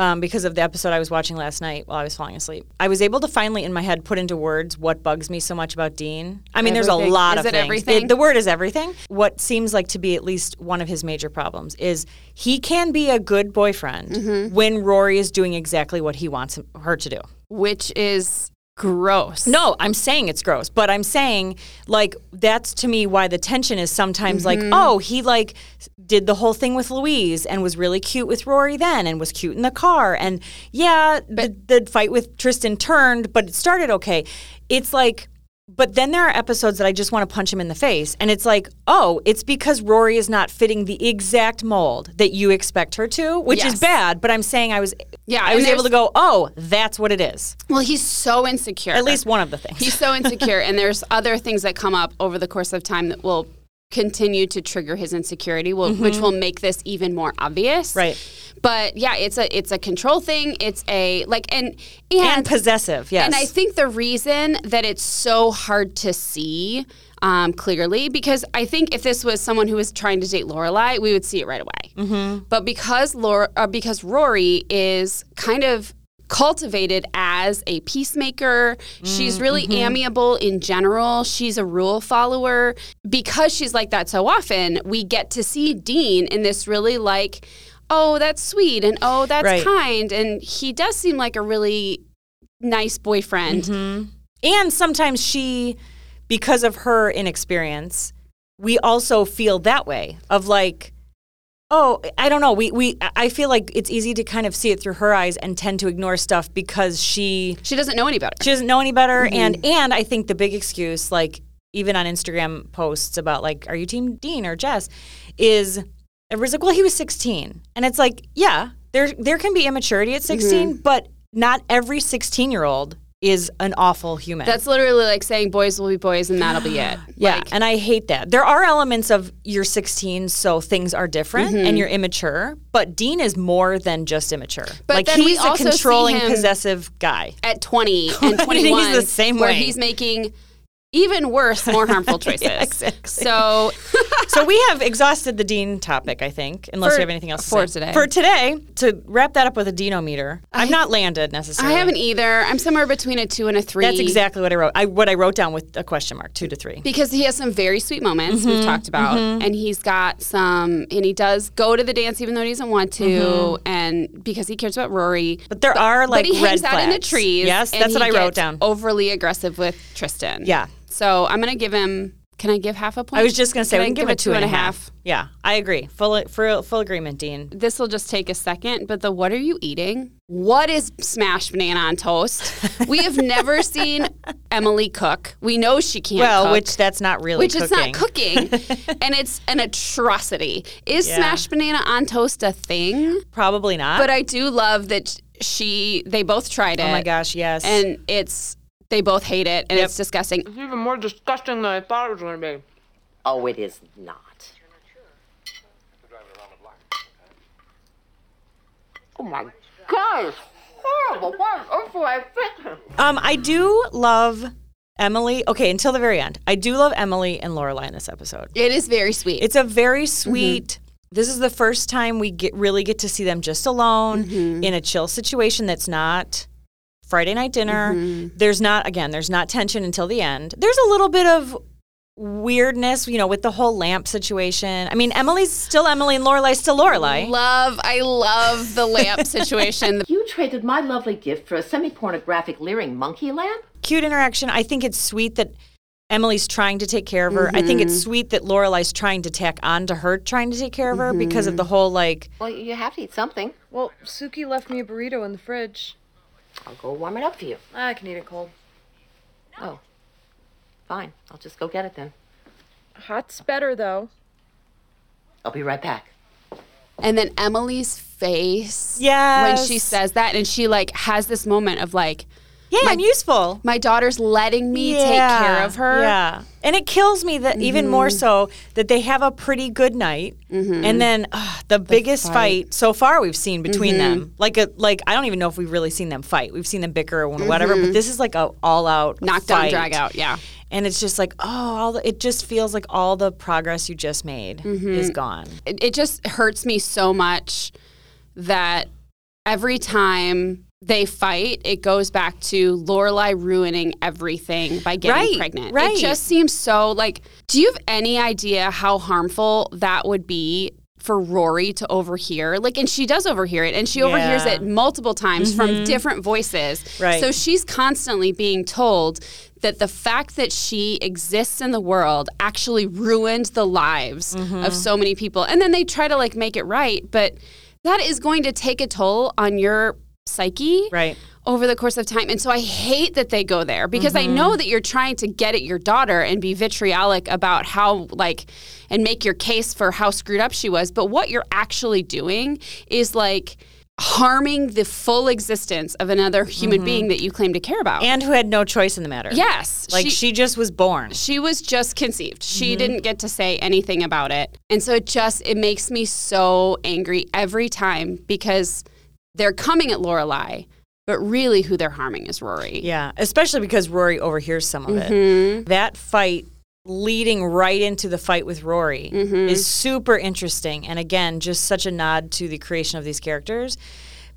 Speaker 2: Um, because of the episode I was watching last night while I was falling asleep, I was able to finally in my head put into words what bugs me so much about Dean. I mean, there's a
Speaker 1: Everything.
Speaker 2: lot
Speaker 1: Is
Speaker 2: of
Speaker 1: it
Speaker 2: things.
Speaker 1: everything?
Speaker 2: the word is everything. What seems like to be at least one of his major problems is he can be a good boyfriend
Speaker 1: Mm-hmm.
Speaker 2: when Rory is doing exactly what he wants him- her to do.
Speaker 1: which is gross.
Speaker 2: No, I'm saying it's gross, but I'm saying like that's to me why the tension is sometimes
Speaker 1: Mm-hmm.
Speaker 2: like, oh, he like s- did the whole thing with Louise and was really cute with Rory then and was cute in the car and yeah, the, the fight with Tristan turned, but it started okay. It's like but then there are episodes that I just want to punch him in the face and it's like, "Oh, it's because Rory is not fitting the exact mold that you expect her to," which is
Speaker 1: Yes.
Speaker 2: bad, but I'm saying I was
Speaker 1: Yeah,
Speaker 2: I
Speaker 1: and
Speaker 2: was able
Speaker 1: there's-
Speaker 2: to go, "Oh, that's what it is."
Speaker 1: Well, he's so insecure.
Speaker 2: At least one of the things.
Speaker 1: He's so insecure, and there's other things that come up over the course of time that will continue to trigger his insecurity, will, which will make this even more obvious.
Speaker 2: Right.
Speaker 1: But yeah, it's a it's a control thing. It's a like and and,
Speaker 2: and possessive. Yes,
Speaker 1: And I think the reason that it's so hard to see um, clearly, because I think if this was someone who was trying to date Lorelai, we would see it right away. But because Laura, uh, because Rory is kind of cultivated as a peacemaker,
Speaker 2: Mm,
Speaker 1: she's really
Speaker 2: mm-hmm.
Speaker 1: amiable in general. She's a rule follower. Because she's like that so often, we get to see Dean in this really like. Oh, that's sweet, and oh, that's
Speaker 2: Right.
Speaker 1: kind, and he does seem like a really nice boyfriend.
Speaker 2: Mm-hmm. and sometimes she, because of her inexperience, we also feel that way of like, oh, I don't know. We we I- I feel like it's easy to kind of see it through her eyes and tend to ignore stuff because she
Speaker 1: She doesn't know any better.
Speaker 2: she doesn't know any better.
Speaker 1: Mm-hmm.
Speaker 2: And and I think the big excuse, like even on Instagram posts about like, are you team Dean or Jess, is everybody's like, well, he was 16, and it's like, yeah, there there can be immaturity at 16,
Speaker 1: Mm-hmm.
Speaker 2: but not every 16 year old is an awful human.
Speaker 1: That's literally like saying boys will be boys and that'll be it.
Speaker 2: yeah,
Speaker 1: Like,
Speaker 2: and I hate that. There are elements of you're 16, so things are different,
Speaker 1: Mm-hmm.
Speaker 2: and you're immature. But Dean is more than just immature.
Speaker 1: But
Speaker 2: like
Speaker 1: then we
Speaker 2: he's a
Speaker 1: also see
Speaker 2: controlling,
Speaker 1: him-
Speaker 2: possessive guy.
Speaker 1: at 20 and
Speaker 2: he's
Speaker 1: 21,
Speaker 2: the same
Speaker 1: where
Speaker 2: way.
Speaker 1: he's making even worse, more harmful choices.
Speaker 2: exactly.
Speaker 1: So
Speaker 2: so we have exhausted the dean topic, I think, unless
Speaker 1: For-
Speaker 2: you have anything else to
Speaker 1: for
Speaker 2: say.
Speaker 1: today.
Speaker 2: For today, to wrap that up with a denometer, I, am not landed
Speaker 1: I
Speaker 2: necessarily.
Speaker 1: haven't either. I'm somewhere between a two and a three.
Speaker 2: That's exactly what I wrote. I what I wrote down with a question mark, two to three.
Speaker 1: Because he has some very sweet moments
Speaker 2: Mm-hmm,
Speaker 1: we've talked about, and he's got some, and he does go to the dance even though he doesn't want to, and because he cares about Rory.
Speaker 2: Mm-hmm. But there are like
Speaker 1: but he
Speaker 2: red
Speaker 1: hangs out in the
Speaker 2: flags.
Speaker 1: trees.
Speaker 2: Yes,
Speaker 1: and
Speaker 2: that's what
Speaker 1: he
Speaker 2: I wrote
Speaker 1: gets
Speaker 2: down.
Speaker 1: Overly aggressive with Tristan.
Speaker 2: Yeah.
Speaker 1: So I'm gonna give him. Can I give half a point?
Speaker 2: I was just gonna say
Speaker 1: Can
Speaker 2: we
Speaker 1: I
Speaker 2: can give,
Speaker 1: give
Speaker 2: a
Speaker 1: it two and a half?
Speaker 2: Yeah, I agree. Full full, full agreement, Dean.
Speaker 1: This will just take a second. But the what are you eating? What is smashed banana on toast? we have never seen Emily cook. We know she can't.
Speaker 2: Well,
Speaker 1: cook.
Speaker 2: which that's not really
Speaker 1: which
Speaker 2: cooking.
Speaker 1: is not cooking, and it's an atrocity. Is
Speaker 2: Yeah.
Speaker 1: smashed banana on toast a thing?
Speaker 2: Probably not.
Speaker 1: But I do love that she. They both tried it.
Speaker 2: oh my gosh, yes.
Speaker 1: and it's they both hate it and it's disgusting.
Speaker 2: Mm-hmm.
Speaker 11: even more disgusting than I thought it was going to be.
Speaker 6: Oh, it is not.
Speaker 11: Oh my God, it's horrible. What on earth was I thinking?
Speaker 2: Um, I do love Emily. Okay, until the very end, I do love Emily and Lorelai in this episode.
Speaker 1: It is very sweet.
Speaker 2: It's a very
Speaker 1: Mm-hmm.
Speaker 2: sweet. This is the first time we get really get to see them just alone
Speaker 1: Mm-hmm.
Speaker 2: in a chill situation that's not Friday night dinner.
Speaker 1: Mm-hmm.
Speaker 2: There's not again, there's not tension until the end. There's a little bit of weirdness, you know, with the whole lamp situation. I mean, Emily's still Emily and Lorelai's still Lorelai.
Speaker 1: love. I love the lamp situation.
Speaker 6: You traded my lovely gift for a semi pornographic leering monkey lamp?
Speaker 2: Cute interaction. I think it's sweet that Emily's trying to take care of her. I think
Speaker 1: Mm-hmm.
Speaker 2: it's sweet that Lorelai's trying to tack on to her trying to take care of her because
Speaker 1: Mm-hmm.
Speaker 2: of the whole like
Speaker 8: Well, you have to eat something.
Speaker 11: Well, Suki left me a burrito in the fridge.
Speaker 8: I'll go warm it up for you.
Speaker 11: I can eat it cold.
Speaker 8: Oh, fine. I'll just go get it then.
Speaker 11: Hot's better though.
Speaker 8: I'll be right back.
Speaker 1: And then Emily's face when
Speaker 2: Yes.
Speaker 1: she says that, and she like has this moment of like,
Speaker 2: yeah,
Speaker 1: My-
Speaker 2: and useful.
Speaker 1: my daughter's letting me
Speaker 2: Yeah,
Speaker 1: take care of her. Mm-hmm.
Speaker 2: Yeah. And it kills me that even more so that they have a pretty good night and then ugh, the, biggest fight. so far we've seen between
Speaker 1: Mm-hmm.
Speaker 2: them. Like a like I don't even know if we've really seen them fight. We've seen them bicker or whatever, but this is like a all out
Speaker 1: Knock down, Mm-hmm. drag out. Yeah.
Speaker 2: And it's just like, oh, all the, it just feels like all the progress you just made
Speaker 1: Mm-hmm.
Speaker 2: is gone.
Speaker 1: it, it just hurts me so much that every time they fight, it goes back to Lorelai ruining everything by getting
Speaker 2: Right,
Speaker 1: pregnant.
Speaker 2: right.
Speaker 1: It just seems so like. Do you have any idea how harmful that would be? For Rory to overhear, like, and she does overhear it, and she overhears
Speaker 2: Yeah. Mm-hmm.
Speaker 1: it multiple times from different voices.
Speaker 2: Right.
Speaker 1: So she's constantly being told that the fact that she exists in the world actually ruined the lives
Speaker 2: Mm-hmm.
Speaker 1: of so many people. And then they try to like make it right, but that is going to take a toll on your psyche.
Speaker 2: Right.
Speaker 1: Over the course of time. And so I hate that they go there because I know
Speaker 2: Mm-hmm.
Speaker 1: that you're trying to get at your daughter and be vitriolic about how, like, and make your case for how screwed up she was. But what you're actually doing is like harming the full existence of another human being that you claim to care about.
Speaker 2: Mm-hmm. And who had no choice in the matter.
Speaker 1: yes.
Speaker 2: Like she, Mm-hmm. just was born.
Speaker 1: she was just conceived. She didn't get to say anything about it. And so it just it makes me so angry every time because they're coming at Lorelai, but really who they're harming is Rory.
Speaker 2: Yeah, especially because Rory overhears some of it. That fight leading right into the fight with Rory is super interesting. And again, just such a nod to the creation of these characters.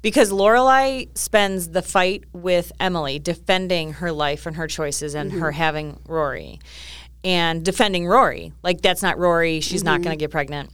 Speaker 2: Because Lorelai spends the fight with Emily defending her life and her choices and her having Rory and defending Rory. Like, that's not Rory. She's not going to get pregnant.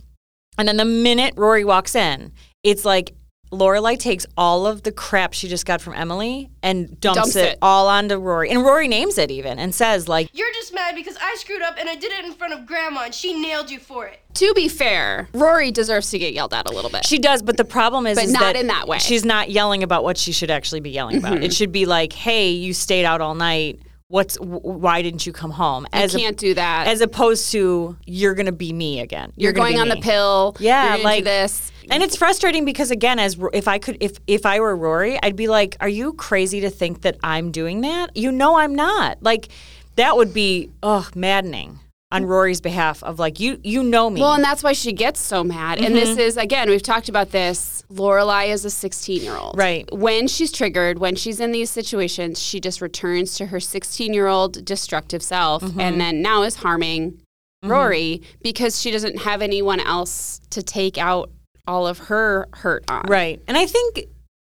Speaker 2: And then the minute Rory walks in, it's like Lorelai takes all of the crap she just got from Emily and dumps,
Speaker 1: Dumps
Speaker 2: it,
Speaker 1: it.
Speaker 2: all onto Rory. And Rory names it even and says, like,
Speaker 12: You're just mad because I screwed up and I did it in front of Grandma and she nailed you for it.
Speaker 1: To be fair, Rory deserves to get yelled at a little bit.
Speaker 2: she does, but the problem is,
Speaker 1: But
Speaker 2: is
Speaker 1: not in that way. Mm-hmm.
Speaker 2: She's not yelling about what she should actually be yelling about. It should be like, "Hey, you stayed out all night. What's w- why didn't you come home?" As a-
Speaker 1: can't do that.
Speaker 2: as opposed to you're gonna be me again.
Speaker 1: you're,
Speaker 2: gonna
Speaker 1: going
Speaker 2: be
Speaker 1: on the
Speaker 2: me."
Speaker 1: pill.
Speaker 2: Yeah,
Speaker 1: you're gonna do
Speaker 2: like-
Speaker 1: this.
Speaker 2: And it's frustrating because again, as Ro- if I could, if if I were Rory, I'd be like, "Are you crazy to think that I'm doing that? You know I'm not." Like, that would be oh maddening on Rory's behalf. Of like, you you know me.
Speaker 1: Well, and that's why she gets so mad. And
Speaker 2: Mm-hmm.
Speaker 1: this is again, we've talked about this. Lorelai is a 16-year-old.
Speaker 2: Right.
Speaker 1: When she's triggered, when she's in these situations, she just returns to her 16-year-old destructive self
Speaker 2: Mm-hmm.
Speaker 1: and then now is harming Rory because she doesn't have anyone else to take out all of her hurt on.
Speaker 2: Right. And I think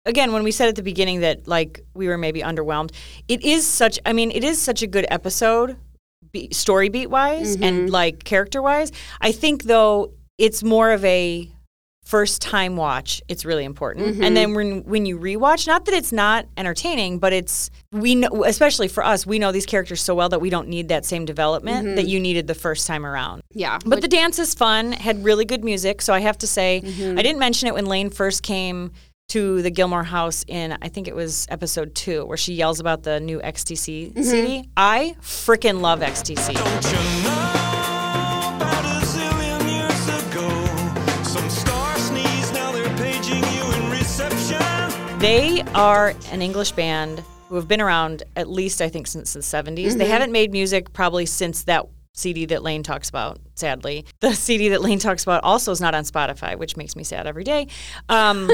Speaker 2: again when we said at the beginning that like we were maybe underwhelmed, it is such I mean, it is such a good episode be, story beat wise and like character wise. I think though it's more of a first time watch. It's really important. And then when when you rewatch, not that it's not entertaining, but it's we know especially for us, we know these characters so well that we don't need that same development that you needed the first time around.
Speaker 1: Yeah.
Speaker 2: But the dance is fun, had really good music. So I have to say, I didn't mention it when Lane first came to the Gilmore house in, I think it was episode two, where she yells about the new XTC CD. I freaking love XTC.
Speaker 3: Don't you know about a zillion years ago? Some star sneeze, now they're paging you in reception.
Speaker 2: They are an English band who have been around at least, I think, since the 70s. They haven't made music probably since that CD that Lane talks about, sadly. The CD that Lane talks about also is not on Spotify, which makes me sad every day. Um,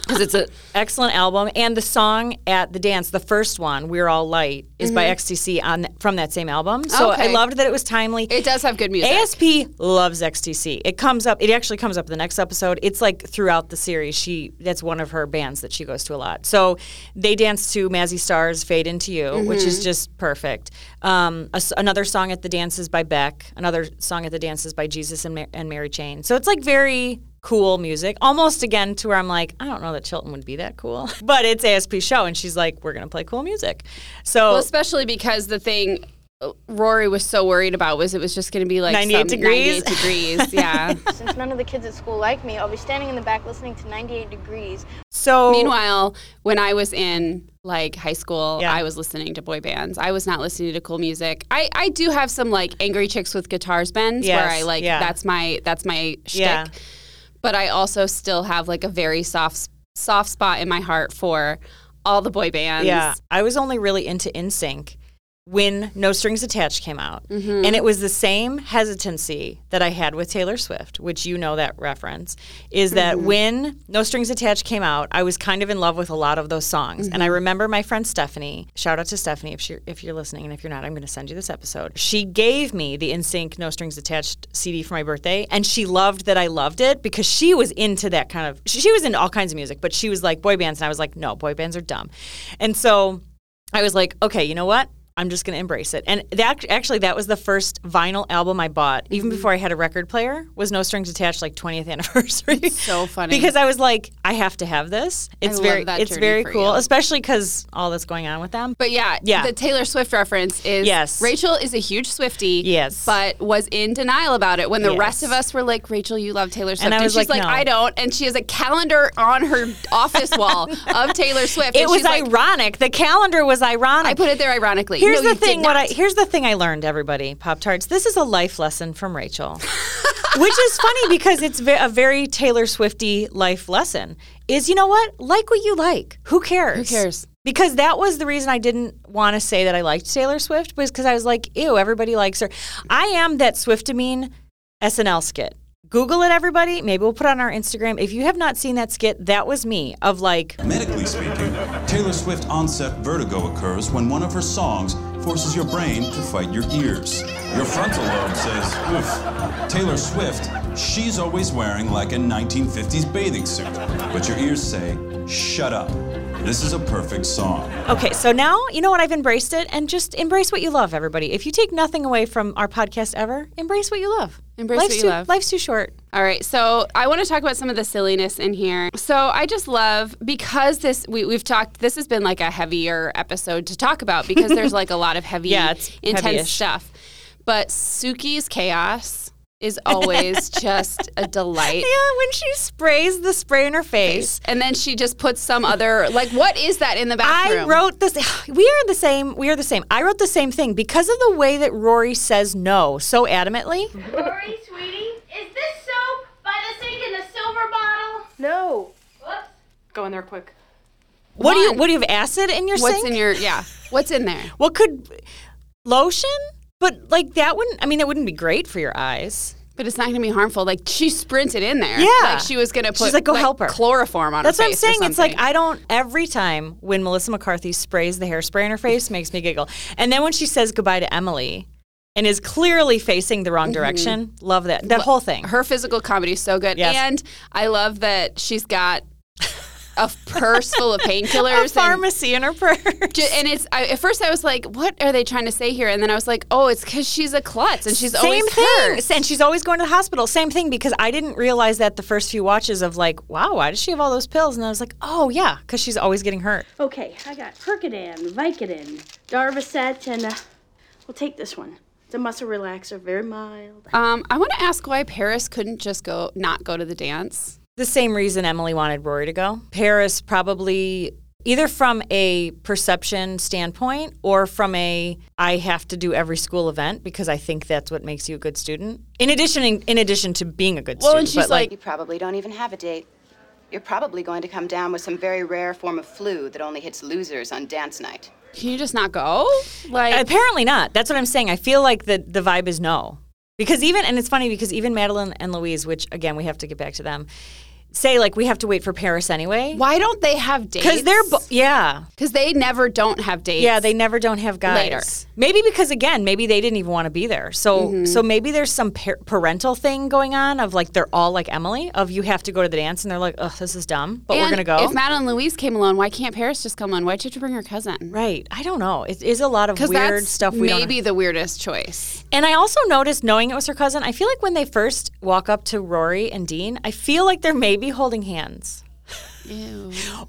Speaker 2: because it's an excellent album. And the song at the dance, the first one, "We're All Light," is by XTC on from that same album. So I
Speaker 1: Okay.
Speaker 2: loved that it was timely.
Speaker 1: It does have good music.
Speaker 2: ASP loves XTC. It comes up. It actually comes up in the next episode. It's like throughout the series. She that's one of her bands that she goes to a lot. So they dance to Mazzy Stars "Fade Into You," which is just perfect. Um, a s another song at the dance is by Beck. Another song at the dance is by Jesus and, Ma- and Mary Chain. So it's like very cool music. Almost again to where I'm like, I don't know that Chilton would be that cool, but it's ASP show, and she's like, we're gonna play cool music. So
Speaker 1: Well, especially because the thing Rory was so worried about was it was just going to be like
Speaker 2: 98
Speaker 1: some 98
Speaker 2: degrees?
Speaker 1: degrees, yeah.
Speaker 4: Since none of the kids at school like me, I'll be standing in the back listening to 98 degrees.
Speaker 2: So
Speaker 1: meanwhile, when I was in like high school,
Speaker 2: Yeah.
Speaker 1: I was listening to boy bands. I was not listening to cool music. I, I do have some like angry chicks with guitars bends where
Speaker 2: Yes,
Speaker 1: I like
Speaker 2: yeah.
Speaker 1: that's my that's my shtick.
Speaker 2: Yeah.
Speaker 1: But I also still have like a very soft soft spot in my heart for all the boy bands.
Speaker 2: Yeah, I was only really into NSYNC when No Strings Attached came out. And it was the same hesitancy that I had with Taylor Swift, which you know that reference, is that when No Strings Attached came out, I was kind of in love with a lot of those songs. And I remember my friend Stephanie, shout out to Stephanie if you're, if you're listening, and if you're not, I'm going to send you this episode. She gave me the NSYNC No Strings Attached CD for my birthday, and she loved that I loved it because she was into that kind of, she she was into all kinds of music, but she was like boy bands. And I was like, no, boy bands are dumb. And so I was like, okay, you know what? I'm just going to embrace it. And that actually, that was the first vinyl album I bought, even
Speaker 1: Mm-hmm.
Speaker 2: before I had a record player. Was No Strings Attached, like 20th anniversary.
Speaker 1: So funny.
Speaker 2: because I was like, I have to have this. It's
Speaker 1: love
Speaker 2: very,
Speaker 1: that
Speaker 2: it's
Speaker 1: journey
Speaker 2: very
Speaker 1: for
Speaker 2: cool,
Speaker 1: you.
Speaker 2: especially because all that's going on with them.
Speaker 1: But yeah,
Speaker 2: Yeah.
Speaker 1: the Taylor Swift reference is
Speaker 2: Yes.
Speaker 1: Rachel is a huge Swifty,
Speaker 2: Yes.
Speaker 1: but was in denial about it when the
Speaker 2: Yes.
Speaker 1: rest of us were like, Rachel, you love Taylor Swift.
Speaker 2: I was
Speaker 1: she's
Speaker 2: like,
Speaker 1: like,
Speaker 2: no.
Speaker 1: I don't. And she has a calendar on her office wall of Taylor Swift.
Speaker 2: it
Speaker 1: and
Speaker 2: was
Speaker 1: she's like,
Speaker 2: ironic. the calendar was ironic.
Speaker 1: I put it there ironically.
Speaker 2: Here's
Speaker 1: No, you
Speaker 2: the
Speaker 1: did
Speaker 2: thing. What I
Speaker 1: not.
Speaker 2: here's the thing I learned, everybody. Pop tarts. This is a life lesson from Rachel, which is funny because it's ve- a very Taylor Swifty life lesson. Is you know what? Like what you like. Who cares? Who
Speaker 1: cares?
Speaker 2: Because that was the reason I didn't want to say that I liked Taylor Swift was because I was like, ew, everybody likes her. I am that Swiftamine SNL skit. Google it, everybody. Maybe we'll put it on our Instagram. If you have not seen that skit, that was me. Of like,
Speaker 13: Medically speaking, Taylor Swift onset vertigo occurs when one of her songs forces your brain to fight your ears. Your frontal lobe says, oof. Taylor Swift, she's always wearing like a 1950s bathing suit. But your ears say, shut up. This is a perfect song.
Speaker 2: Okay, so now you know what I've embraced it, and just embrace what you love, everybody. If you take nothing away from our podcast ever, embrace what you love.
Speaker 1: Embrace
Speaker 2: life's
Speaker 1: what you
Speaker 2: too,
Speaker 1: love.
Speaker 2: Life's too short.
Speaker 1: All right, so I want to talk about some of the silliness in here. So I just love because this we, we've talked. This has been like a heavier episode to talk about because there's like a lot of heavy,
Speaker 2: Yeah, it's
Speaker 1: intense
Speaker 2: heavy-ish.
Speaker 1: stuff. But Suki's chaos is always just a delight.
Speaker 2: Yeah, when she sprays the spray in her face.
Speaker 1: And then she just puts some other like, what is that in the
Speaker 2: I
Speaker 1: bathroom?
Speaker 2: wrote this. We are the same. We are the same. I wrote the same thing because of the way that Rory says no so adamantly.
Speaker 11: Rory, sweetie, is this soap by the sink in the silver bottle? No. Whoops.
Speaker 5: Go in there quick.
Speaker 2: What do you? What do you have acid in your
Speaker 1: What's
Speaker 2: sink?
Speaker 1: in your yeah? What's in there?
Speaker 2: what could lotion? But like that wouldn't. I mean, that wouldn't be great for your eyes.
Speaker 1: But it's not going to be harmful. Like she sprinted in there.
Speaker 2: Yeah.
Speaker 1: like she was going to put
Speaker 2: She's like, "Go help her."
Speaker 1: chloroform on.
Speaker 2: That's
Speaker 1: her
Speaker 2: what I'm
Speaker 1: face or
Speaker 2: saying. It's like
Speaker 1: something.
Speaker 2: I don't every time when Melissa McCarthy sprays the hairspray in her face makes me giggle. And then when she says goodbye to Emily and is clearly facing the wrong direction, love that. That whole thing.
Speaker 1: Mm-hmm. her physical comedy is so good.
Speaker 2: Yes.
Speaker 1: And I love that she's got a purse full of
Speaker 2: A
Speaker 1: painkillers. and,
Speaker 2: pharmacy in her purse.
Speaker 1: ju- and it's I, at first I was like, what are they trying to say here? And then I was like, oh, it's because she's a klutz and she's always hurt.
Speaker 2: thing. And she's always going to the hospital. Same thing because I didn't realize that the first few watches of like, wow, why does she have all those pills? And I was like, oh yeah, because she's always getting hurt.
Speaker 14: Okay, I got Percodan, Vicodin, Darvocet, and uh, we'll take this one. It's a muscle relaxer, very mild.
Speaker 1: Um, I want to ask why Paris couldn't just go not go to the dance.
Speaker 2: The same reason Emily wanted Rory to go. Paris probably either from a perception standpoint or from a I have to do every school event because I think that's what makes you a good student. In addition in, in addition to being a good student. but
Speaker 15: you probably don't even have a date. You're probably going to come down with some very rare form of flu that only hits losers on dance night.
Speaker 1: Can you just not go? Like
Speaker 2: apparently not. That's what I'm saying. I feel like the the vibe is no. Because even and it's funny because even Madeline and Louise, which again we have to get back to them, say like we have to wait for Paris anyway.
Speaker 1: Why don't they have dates?
Speaker 2: Because they're bo- yeah.
Speaker 1: Because they never don't have dates.
Speaker 2: Yeah, they never don't have guys.
Speaker 1: Later.
Speaker 2: Maybe because again, maybe they didn't even want to be there. So
Speaker 1: Mm-hmm.
Speaker 2: so maybe there's some par- parental thing going on of like they're all like Emily of you have to go to the dance and they're like, "Oh, this is dumb, but we're
Speaker 1: And
Speaker 2: going to go."
Speaker 1: If Madeline Louise came alone, why can't Paris just come alone? Why'd you have to bring her cousin?
Speaker 2: right. I don't know. It is a lot of
Speaker 1: Because
Speaker 2: weird
Speaker 1: that's
Speaker 2: stuff we don't
Speaker 1: maybe the weirdest choice.
Speaker 2: And I also noticed, knowing it was her cousin, I feel like when they first walk up to Rory and Dean, I feel like they're maybe holding hands.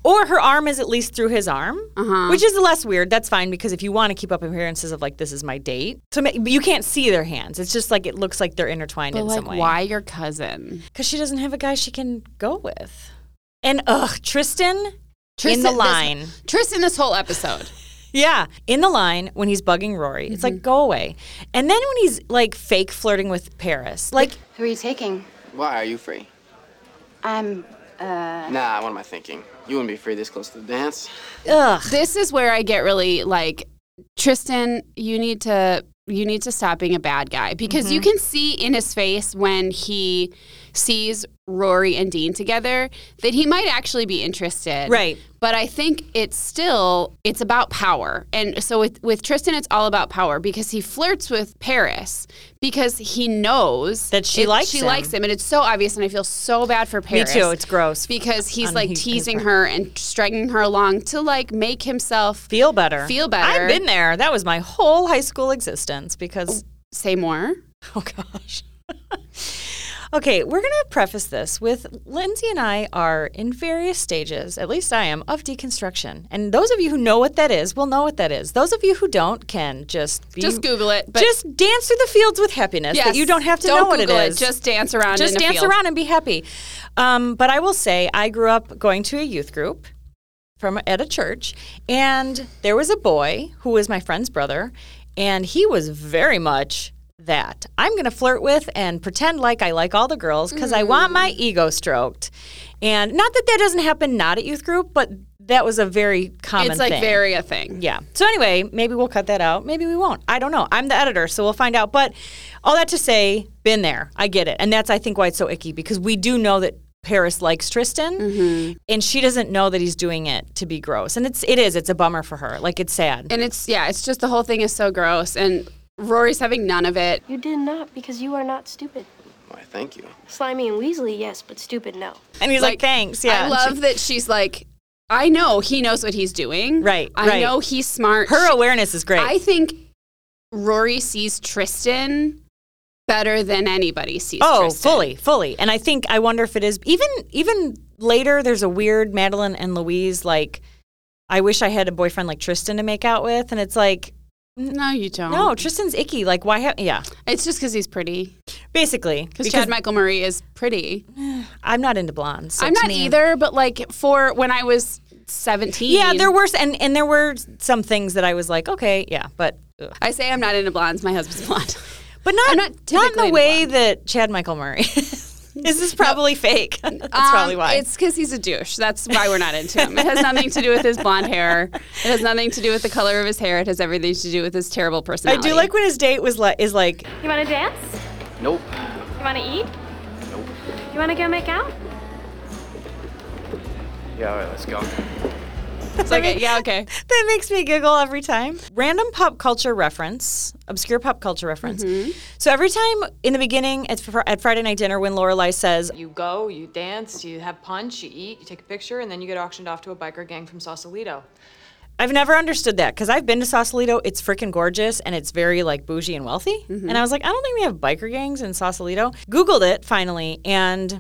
Speaker 2: Or her arm is at least through his arm,
Speaker 1: Uh-huh.
Speaker 2: which is less weird. That's fine because if you want to keep up appearances of like this is my date, so ma- but you can't see their hands. It's just like it looks like they're intertwined
Speaker 1: But
Speaker 2: in
Speaker 1: like,
Speaker 2: some way.
Speaker 1: why your cousin?
Speaker 2: Because she doesn't have a guy she can go with. And ugh, Tristan, in
Speaker 1: Tristan-
Speaker 2: the
Speaker 1: this-
Speaker 2: line.
Speaker 1: Tristan, this whole episode.
Speaker 2: yeah, in the line when he's bugging Rory. It's
Speaker 1: Mm-hmm.
Speaker 2: like go away. And then when he's like fake flirting with Paris, like
Speaker 15: Who are you taking?
Speaker 16: Why are you free?
Speaker 15: I'm, uh.
Speaker 16: Nah, what am I thinking? You wouldn't be free this close to the dance.
Speaker 1: Ugh. This is where I get really like, Tristan, you need to you need to stop being a bad guy because you
Speaker 2: Mm-hmm.
Speaker 5: Mhm.
Speaker 1: can see in his face when he sees Rory and Dean together that he might actually be interested.
Speaker 2: Right.
Speaker 1: But I think it's still it's about power. And so with with Tristan it's all about power because he flirts with Paris because he knows that
Speaker 2: she likes
Speaker 1: she
Speaker 2: him.
Speaker 1: likes him and it's so obvious and I feel so bad for
Speaker 2: Me
Speaker 1: Paris.
Speaker 2: too, it's gross.
Speaker 1: Because he's
Speaker 2: On
Speaker 1: like
Speaker 2: his- his
Speaker 1: teasing
Speaker 2: part.
Speaker 1: her and stringing her along to like make himself
Speaker 2: feel better.
Speaker 1: Feel better.
Speaker 2: I've been there. That was my whole high school existence because.
Speaker 1: Say more.
Speaker 2: Oh, gosh. okay, we're going to preface this with Lindsay and I are in various stages, at least I am, of deconstruction. And those of you who know what that is will know what that is. Those of you who don't can just be.
Speaker 1: Just Google it. But
Speaker 2: just dance through the fields with happiness. That
Speaker 1: Yes,
Speaker 2: you don't have to
Speaker 1: don't
Speaker 2: know what
Speaker 1: Google
Speaker 2: it
Speaker 1: it,
Speaker 2: is.
Speaker 1: just dance around
Speaker 2: Just
Speaker 1: in a
Speaker 2: dance
Speaker 1: field.
Speaker 2: around and be happy. Um, but I will say, I grew up going to a youth group from at a church, and there was a boy who was my friend's brother, and he was very much that I'm going to flirt with and pretend like I like all the girls because I want my
Speaker 1: Mm.
Speaker 2: ego stroked. And not that that doesn't happen not at youth group, but that was a very common.
Speaker 1: it's like
Speaker 2: thing.
Speaker 1: very a thing.
Speaker 2: Yeah. So anyway, maybe we'll cut that out. Maybe we won't. I don't know. I'm the editor, so we'll find out. But all that to say, been there. I get it. And that's I think why it's so icky because we do know that Paris likes Tristan
Speaker 1: Mm-hmm.
Speaker 2: and she doesn't know that he's doing it to be gross. And it's it is. It's a bummer for her. Like it's sad.
Speaker 1: And it's yeah, it's just the whole thing is so gross and Rory's having none of it.
Speaker 4: You did not because you are not stupid.
Speaker 16: Why, thank you.
Speaker 4: Slimy and Weasley, yes, but stupid, no.
Speaker 2: And he's like, thanks. Yeah.
Speaker 1: I love that she's like I know he knows what he's doing. Right. I
Speaker 2: right.
Speaker 1: know he's smart.
Speaker 2: Her
Speaker 1: She-
Speaker 2: awareness is great.
Speaker 1: I think Rory sees Tristan better than anybody sees
Speaker 2: oh,
Speaker 1: Tristan.
Speaker 2: fully, fully. And I think I wonder if it is even even later. There's a weird Madeline and Louise like. I wish I had a boyfriend like Tristan to make out with, and it's like
Speaker 1: No, you don't.
Speaker 2: No, Tristan's icky. Like, why? Ha- yeah,
Speaker 1: it's just because he's pretty.
Speaker 2: Basically,
Speaker 1: Because Chad Michael Murray is pretty.
Speaker 2: I'm not into blondes. so
Speaker 1: I'm
Speaker 2: to
Speaker 1: not
Speaker 2: me-
Speaker 1: either, but like for when I was 17.
Speaker 2: Yeah, there were s- and and there were some things that I was like, okay, yeah, but ugh.
Speaker 1: I say I'm not into blondes. My husband's blonde.
Speaker 2: but not not, in
Speaker 1: typically
Speaker 2: the
Speaker 1: into
Speaker 2: way that Chad Michael Murray. This is probably fake. That's probably
Speaker 1: Um,
Speaker 2: why.
Speaker 1: It's because he's a douche. That's why we're not into him. It has nothing to do with his blonde hair. It has nothing to do with the color of his hair. It has everything to do with his terrible
Speaker 2: I
Speaker 1: personality.
Speaker 2: do like when his date was like is like
Speaker 11: You wanna dance?
Speaker 16: Nope.
Speaker 11: You wanna eat? You wanna go make out?
Speaker 16: Yeah, all right, let's go.
Speaker 1: It's like, yeah, okay.
Speaker 2: that makes me giggle every time. Random pop culture reference, obscure pop culture reference.
Speaker 1: Mm-hmm.
Speaker 2: So every time in the beginning at, fr- at Friday night dinner when Lorelai says,
Speaker 7: You go, you dance, you have punch, you eat, you take a picture, and then you get auctioned off to a biker gang from Sausalito.
Speaker 2: I've never understood that because I've been to Sausalito. It's freaking gorgeous and it's very like bougie and wealthy.
Speaker 1: Mm-hmm.
Speaker 2: And I was like, I don't think we have biker gangs in Sausalito. Googled it finally. And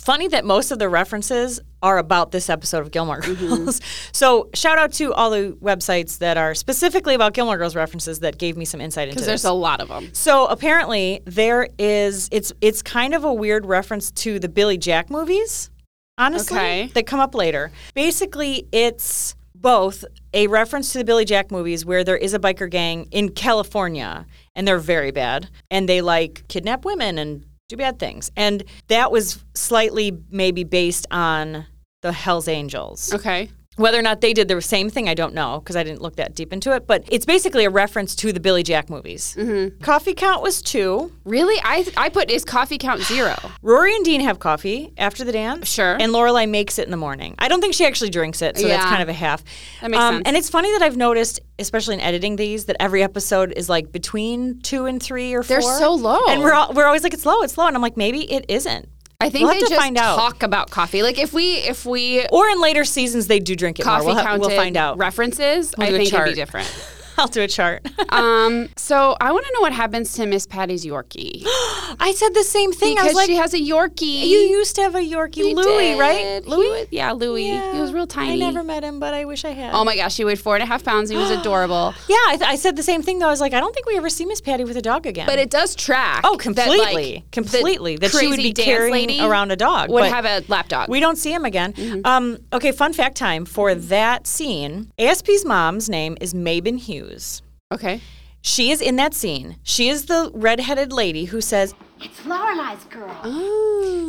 Speaker 2: funny that most of the references are about this episode of Gilmore
Speaker 1: Mm-hmm.
Speaker 2: Girls. so shout out to all the websites that are specifically about Gilmore Girls references that gave me some insight into
Speaker 1: Because
Speaker 2: this.
Speaker 1: there's a lot of them.
Speaker 2: So apparently there is it's it's kind of a weird reference to the Billy Jack movies, honestly,
Speaker 1: Okay.
Speaker 2: that come up later. Basically, it's both a reference to the Billy Jack movies where there is a biker gang in California and they're very bad and they like kidnap women and do bad things. And that was slightly maybe based on the Hells Angels.
Speaker 1: Okay.
Speaker 2: Whether or not they did the same thing, I don't know because I didn't look that deep into it. But it's basically a reference to the Billy Jack movies. Coffee count was two.
Speaker 1: Really? I, I put is coffee count zero.
Speaker 2: Rory and Dean have coffee after the dance. Sure. And Lorelai makes it in the morning. I don't think she actually drinks it, so that's
Speaker 1: Yeah.
Speaker 2: kind of a half. Um,
Speaker 1: That makes sense.
Speaker 2: And it's funny that I've noticed, especially in editing these, that every episode is like between two and three or
Speaker 1: They're
Speaker 2: four.
Speaker 1: so low.
Speaker 2: And we're, all, we're always like, it's low, it's low. And I'm like, maybe it isn't.
Speaker 1: I think
Speaker 2: We'll
Speaker 1: they
Speaker 2: have to
Speaker 1: just
Speaker 2: find out.
Speaker 1: talk about coffee. Like if we if we
Speaker 2: Or in later seasons, they do drink it
Speaker 1: coffee
Speaker 2: more. We'll, ha-
Speaker 1: counted
Speaker 2: we'll find out.
Speaker 1: references,
Speaker 2: We'll
Speaker 1: I
Speaker 2: do a
Speaker 1: think it'd
Speaker 2: chart.
Speaker 1: be different.
Speaker 2: I'll do a chart.
Speaker 1: um, so I want to know what happens to Miss Patty's Yorkie.
Speaker 2: I said the same thing. I was
Speaker 1: Because
Speaker 2: like,
Speaker 1: she has a Yorkie.
Speaker 2: You used to have a Yorkie,
Speaker 1: We
Speaker 2: Louie,
Speaker 1: did.
Speaker 2: right?
Speaker 1: He
Speaker 2: Louie.
Speaker 1: was- yeah, Louie. He was real tiny.
Speaker 2: I never met him, but I wish I had.
Speaker 1: Oh my gosh, he weighed four and a half pounds. He was adorable.
Speaker 2: Yeah, I, th- I said the same thing though. I was like, I don't think we ever see Miss Patty with a dog again.
Speaker 1: But it does track.
Speaker 2: oh,
Speaker 1: that,
Speaker 2: completely,
Speaker 1: like,
Speaker 2: completely.
Speaker 1: The
Speaker 2: That she would
Speaker 1: crazy
Speaker 2: be
Speaker 1: dance
Speaker 2: carrying
Speaker 1: lady
Speaker 2: around a dog.
Speaker 1: Would
Speaker 2: but
Speaker 1: have a Mm-hmm. lap dog.
Speaker 2: We don't see him again. Um, okay, fun fact time for
Speaker 1: Mm-hmm.
Speaker 2: that scene. ASP's mom's name is Mabin Hughes.
Speaker 1: Okay.
Speaker 2: She is in that scene. She is the redheaded lady who says
Speaker 11: It's Lorelei's girl.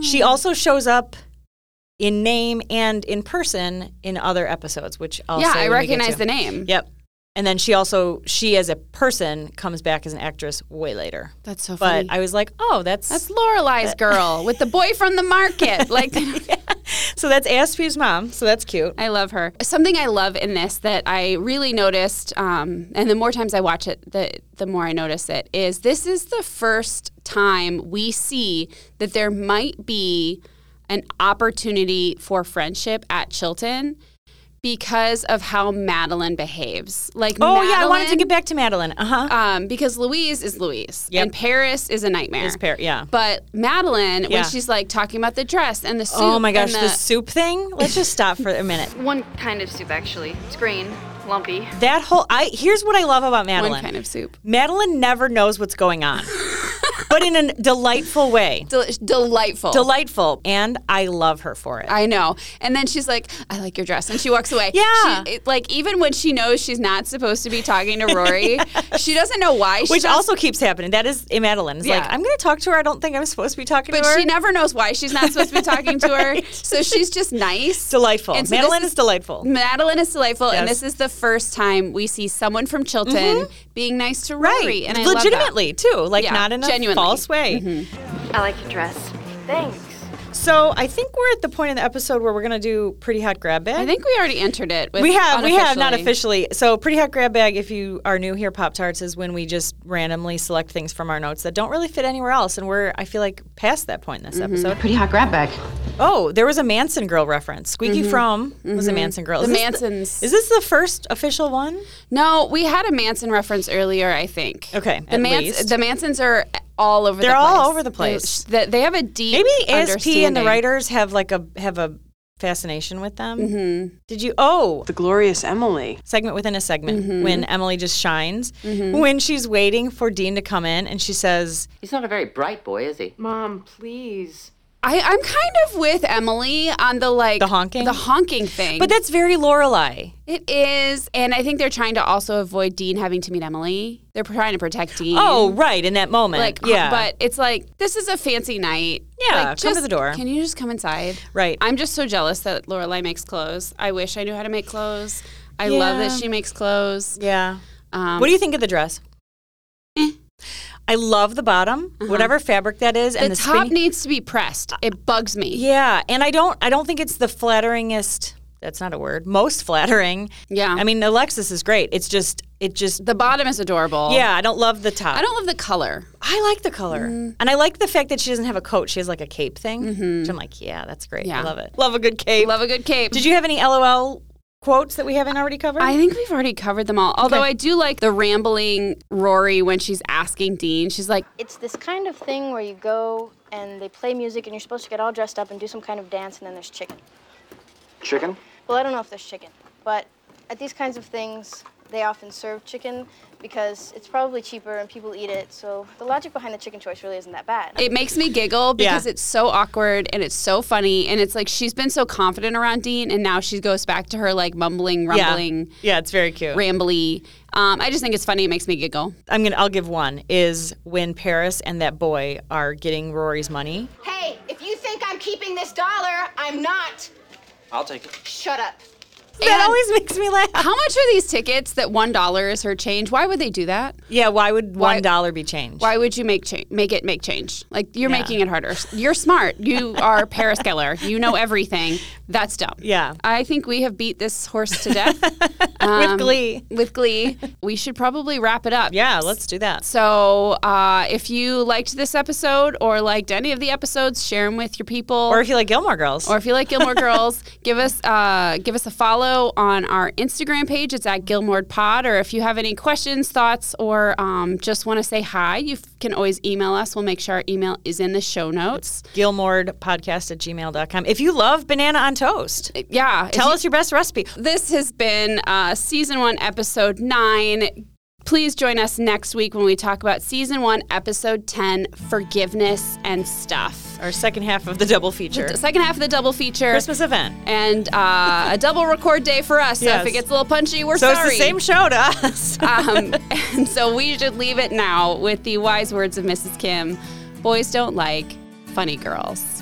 Speaker 2: she
Speaker 1: Mm.
Speaker 2: also shows up in name and in person in other episodes, which I'll
Speaker 1: Yeah,
Speaker 2: say
Speaker 1: I
Speaker 2: when we get
Speaker 1: recognize
Speaker 2: to.
Speaker 1: the name.
Speaker 2: Yep. And then she also she as a person comes back as an actress way later.
Speaker 1: That's so
Speaker 2: But
Speaker 1: funny.
Speaker 2: I was like, oh, that's
Speaker 1: That's Lorelai's girl with the boy from the market. Like
Speaker 2: so that's Aspie's mom. So that's cute.
Speaker 1: I love her. Something I love in this that I really noticed, um, and the more times I watch it, the the more I notice it is this is the first time we see that there might be an opportunity for friendship at Chilton because of how Madeline behaves. Like,
Speaker 2: Oh yeah, I wanted to
Speaker 1: Madeline-
Speaker 2: get back to Madeline. Uh huh.
Speaker 1: um, because Louise is Louise
Speaker 2: Yep.
Speaker 1: and Paris is a nightmare.
Speaker 2: Is Par- yeah.
Speaker 1: But Madeline,
Speaker 2: Yeah.
Speaker 1: when she's like talking about the dress and the suit,
Speaker 2: Oh my gosh,
Speaker 1: and
Speaker 2: the soup thing. Let's just stop for a minute.
Speaker 8: One kind of soup, actually. It's green, lumpy.
Speaker 2: That whole I here's what I love about Madeline.
Speaker 1: one kind of soup,
Speaker 2: Madeline never knows what's going on, but in a delightful way.
Speaker 1: Del- delightful,
Speaker 2: Delightful, and I love her for it.
Speaker 1: I know. And then she's like, "I like your dress," and she walks away.
Speaker 2: Yeah.
Speaker 1: She- it- like even when she knows she's not supposed to be talking to Rory, she doesn't know why. She
Speaker 2: Which
Speaker 1: does-
Speaker 2: also keeps happening. That is in Madeline. It's
Speaker 1: Yeah.
Speaker 2: like, I'm going to talk to her. I don't think I'm supposed to be talking
Speaker 1: but
Speaker 2: to her.
Speaker 1: she never knows why she's not supposed to be talking to her. So she's just nice.
Speaker 2: delightful.
Speaker 1: And so this
Speaker 2: Madeline
Speaker 1: is-
Speaker 2: is, delightful.
Speaker 1: Madeline is delightful, and
Speaker 2: Yes. Mm-hmm.
Speaker 1: this is the first time we see someone from Chilton being nice to Rory,
Speaker 2: Right.
Speaker 1: and I love that.
Speaker 2: Legitimately, too. Like,
Speaker 1: Yeah,
Speaker 2: not in a
Speaker 1: genuinely. Mm-hmm.
Speaker 2: false way.
Speaker 8: I like your dress.
Speaker 4: Thanks.
Speaker 2: So I think we're at the point in the episode where we're going to do Pretty Hot Grab Bag.
Speaker 1: I think we already entered it. With
Speaker 2: we have, we have, not
Speaker 1: unofficially.
Speaker 2: officially. So, Pretty Hot Grab Bag, if you are new here, Pop Tarts, is when we just randomly select things from our notes that don't really fit anywhere else. And we're, I feel like, past that point in this episode.
Speaker 15: Pretty hot grab bag.
Speaker 2: Oh, there was a Manson girl reference. Squeaky Frome was a Manson girl.
Speaker 1: The
Speaker 2: Is this
Speaker 1: Mansons.
Speaker 2: Is this the first official one?
Speaker 1: No, we had a Manson reference earlier, I think.
Speaker 2: Okay,
Speaker 1: The,
Speaker 2: at
Speaker 1: Mans-
Speaker 2: least.
Speaker 1: the Mansons are all over
Speaker 2: They're
Speaker 1: the place.
Speaker 2: all over the place.
Speaker 1: They, they- they have a deep
Speaker 2: Maybe ASP and the
Speaker 1: understanding.
Speaker 2: writers have like a have a fascination with them. Mm-hmm. Did you? Oh,
Speaker 7: The glorious Emily.
Speaker 2: segment within a segment when Emily just shines when she's waiting for Dean to come in and she says,
Speaker 6: He's not a very bright boy, is he?
Speaker 7: Mom, please.
Speaker 1: I, I'm kind of with Emily on the like
Speaker 2: The honking?
Speaker 1: the honking thing.
Speaker 2: "But that's very Lorelai."
Speaker 1: it is, and I think they're trying to also avoid Dean having to meet Emily. They're trying to protect Dean.
Speaker 2: Oh, right, in that moment,
Speaker 1: like
Speaker 2: yeah,
Speaker 1: But it's like this is a fancy night.
Speaker 2: Yeah,
Speaker 1: Like,
Speaker 2: come to the door.
Speaker 1: Can you just come inside?
Speaker 2: right.
Speaker 1: I'm just so jealous that Lorelai makes clothes. I wish I knew how to make clothes. I love that
Speaker 2: Yeah.
Speaker 1: she makes clothes.
Speaker 2: yeah.
Speaker 1: Um, Eh.
Speaker 2: what do you think of the dress? I love the bottom, whatever fabric that is,
Speaker 1: Uh-huh. the,
Speaker 2: and the
Speaker 1: top
Speaker 2: spinny-
Speaker 1: needs to be pressed. It bugs me.
Speaker 2: Yeah, and I don't I don't think it's the flatteringest that's not a word. Most flattering.
Speaker 1: Yeah.
Speaker 2: I mean Alexis is great. It's just it just
Speaker 1: The bottom is adorable.
Speaker 2: yeah, I don't love the top.
Speaker 1: I don't love the color.
Speaker 2: I like the color. And I like the fact that she doesn't have a coat. She has like a cape thing. Which I'm like, yeah, that's great.
Speaker 1: Mm-hmm. Yeah.
Speaker 2: I love it. Love a good cape.
Speaker 1: Love a good cape.
Speaker 2: Did you have any LOL quotes that we haven't already covered?
Speaker 1: I think we've already covered them all. Although
Speaker 2: Okay.
Speaker 1: I do like the rambling Rory when she's asking Dean. She's like,
Speaker 4: It's this kind of thing where you go and they play music and you're supposed to get all dressed up and do some kind of dance and then there's chicken.
Speaker 10: Chicken?
Speaker 4: Well, I don't know if there's chicken, but at these kinds of things, they often serve chicken because it's probably cheaper and people eat it. So the logic behind the chicken choice really isn't that bad.
Speaker 1: it makes me giggle
Speaker 2: Yeah.
Speaker 1: because it's so awkward and it's so funny. And it's like she's been so confident around Dean and now she goes back to her like mumbling,
Speaker 2: yeah.
Speaker 1: rumbling,
Speaker 2: Yeah, it's very cute.
Speaker 1: rambly. Um, I just think it's funny. It makes me giggle.
Speaker 2: I'm gonna I'll give one is when Paris and that boy are getting Rory's money.
Speaker 12: Hey, if you think I'm keeping this dollar, I'm not.
Speaker 16: I'll take it.
Speaker 12: Shut up.
Speaker 2: that
Speaker 1: And-
Speaker 2: always makes me laugh.
Speaker 1: How much are these tickets that $1 is her change? Why would they do that?
Speaker 2: Yeah, why would
Speaker 1: Why-
Speaker 2: one dollar be changed?
Speaker 1: Why would you make change? Make it make change? Like you're
Speaker 2: Yeah.
Speaker 1: making it harder. You're smart. You are Paris Geller. You know everything. That's dumb.
Speaker 2: Yeah.
Speaker 1: I think we have beat this horse to death
Speaker 2: With glee.
Speaker 1: With glee, we should probably wrap it up.
Speaker 2: Yeah, let's do that.
Speaker 1: So, uh, if you liked this episode or liked any of the episodes, share them with your people.
Speaker 2: Or if you like Gilmore Girls.
Speaker 1: Or if you like Gilmore Girls, give us uh, give us a follow follow on our Instagram page. It's at Gilmore Pod. Or if you have any questions, thoughts, or um, just want to say hi, you f- can always email us. We'll make sure our email is in the show notes.
Speaker 2: Podcast at gmail.com. If you love banana on toast,
Speaker 1: yeah,
Speaker 2: tell us your best recipe.
Speaker 1: This has been uh, season one, episode nine. Please join us next week when we talk about season one, episode 10, forgiveness and stuff.
Speaker 2: Our second half of the double feature.
Speaker 1: The second half of the double feature.
Speaker 2: Christmas event.
Speaker 1: And uh, a double record day for us. So
Speaker 2: Yes.
Speaker 1: if it gets a little punchy, we're
Speaker 2: so
Speaker 1: sorry.
Speaker 2: it's the same show to us.
Speaker 1: um, and so we should leave it now with the wise words of Mrs. Kim boys don't like funny girls.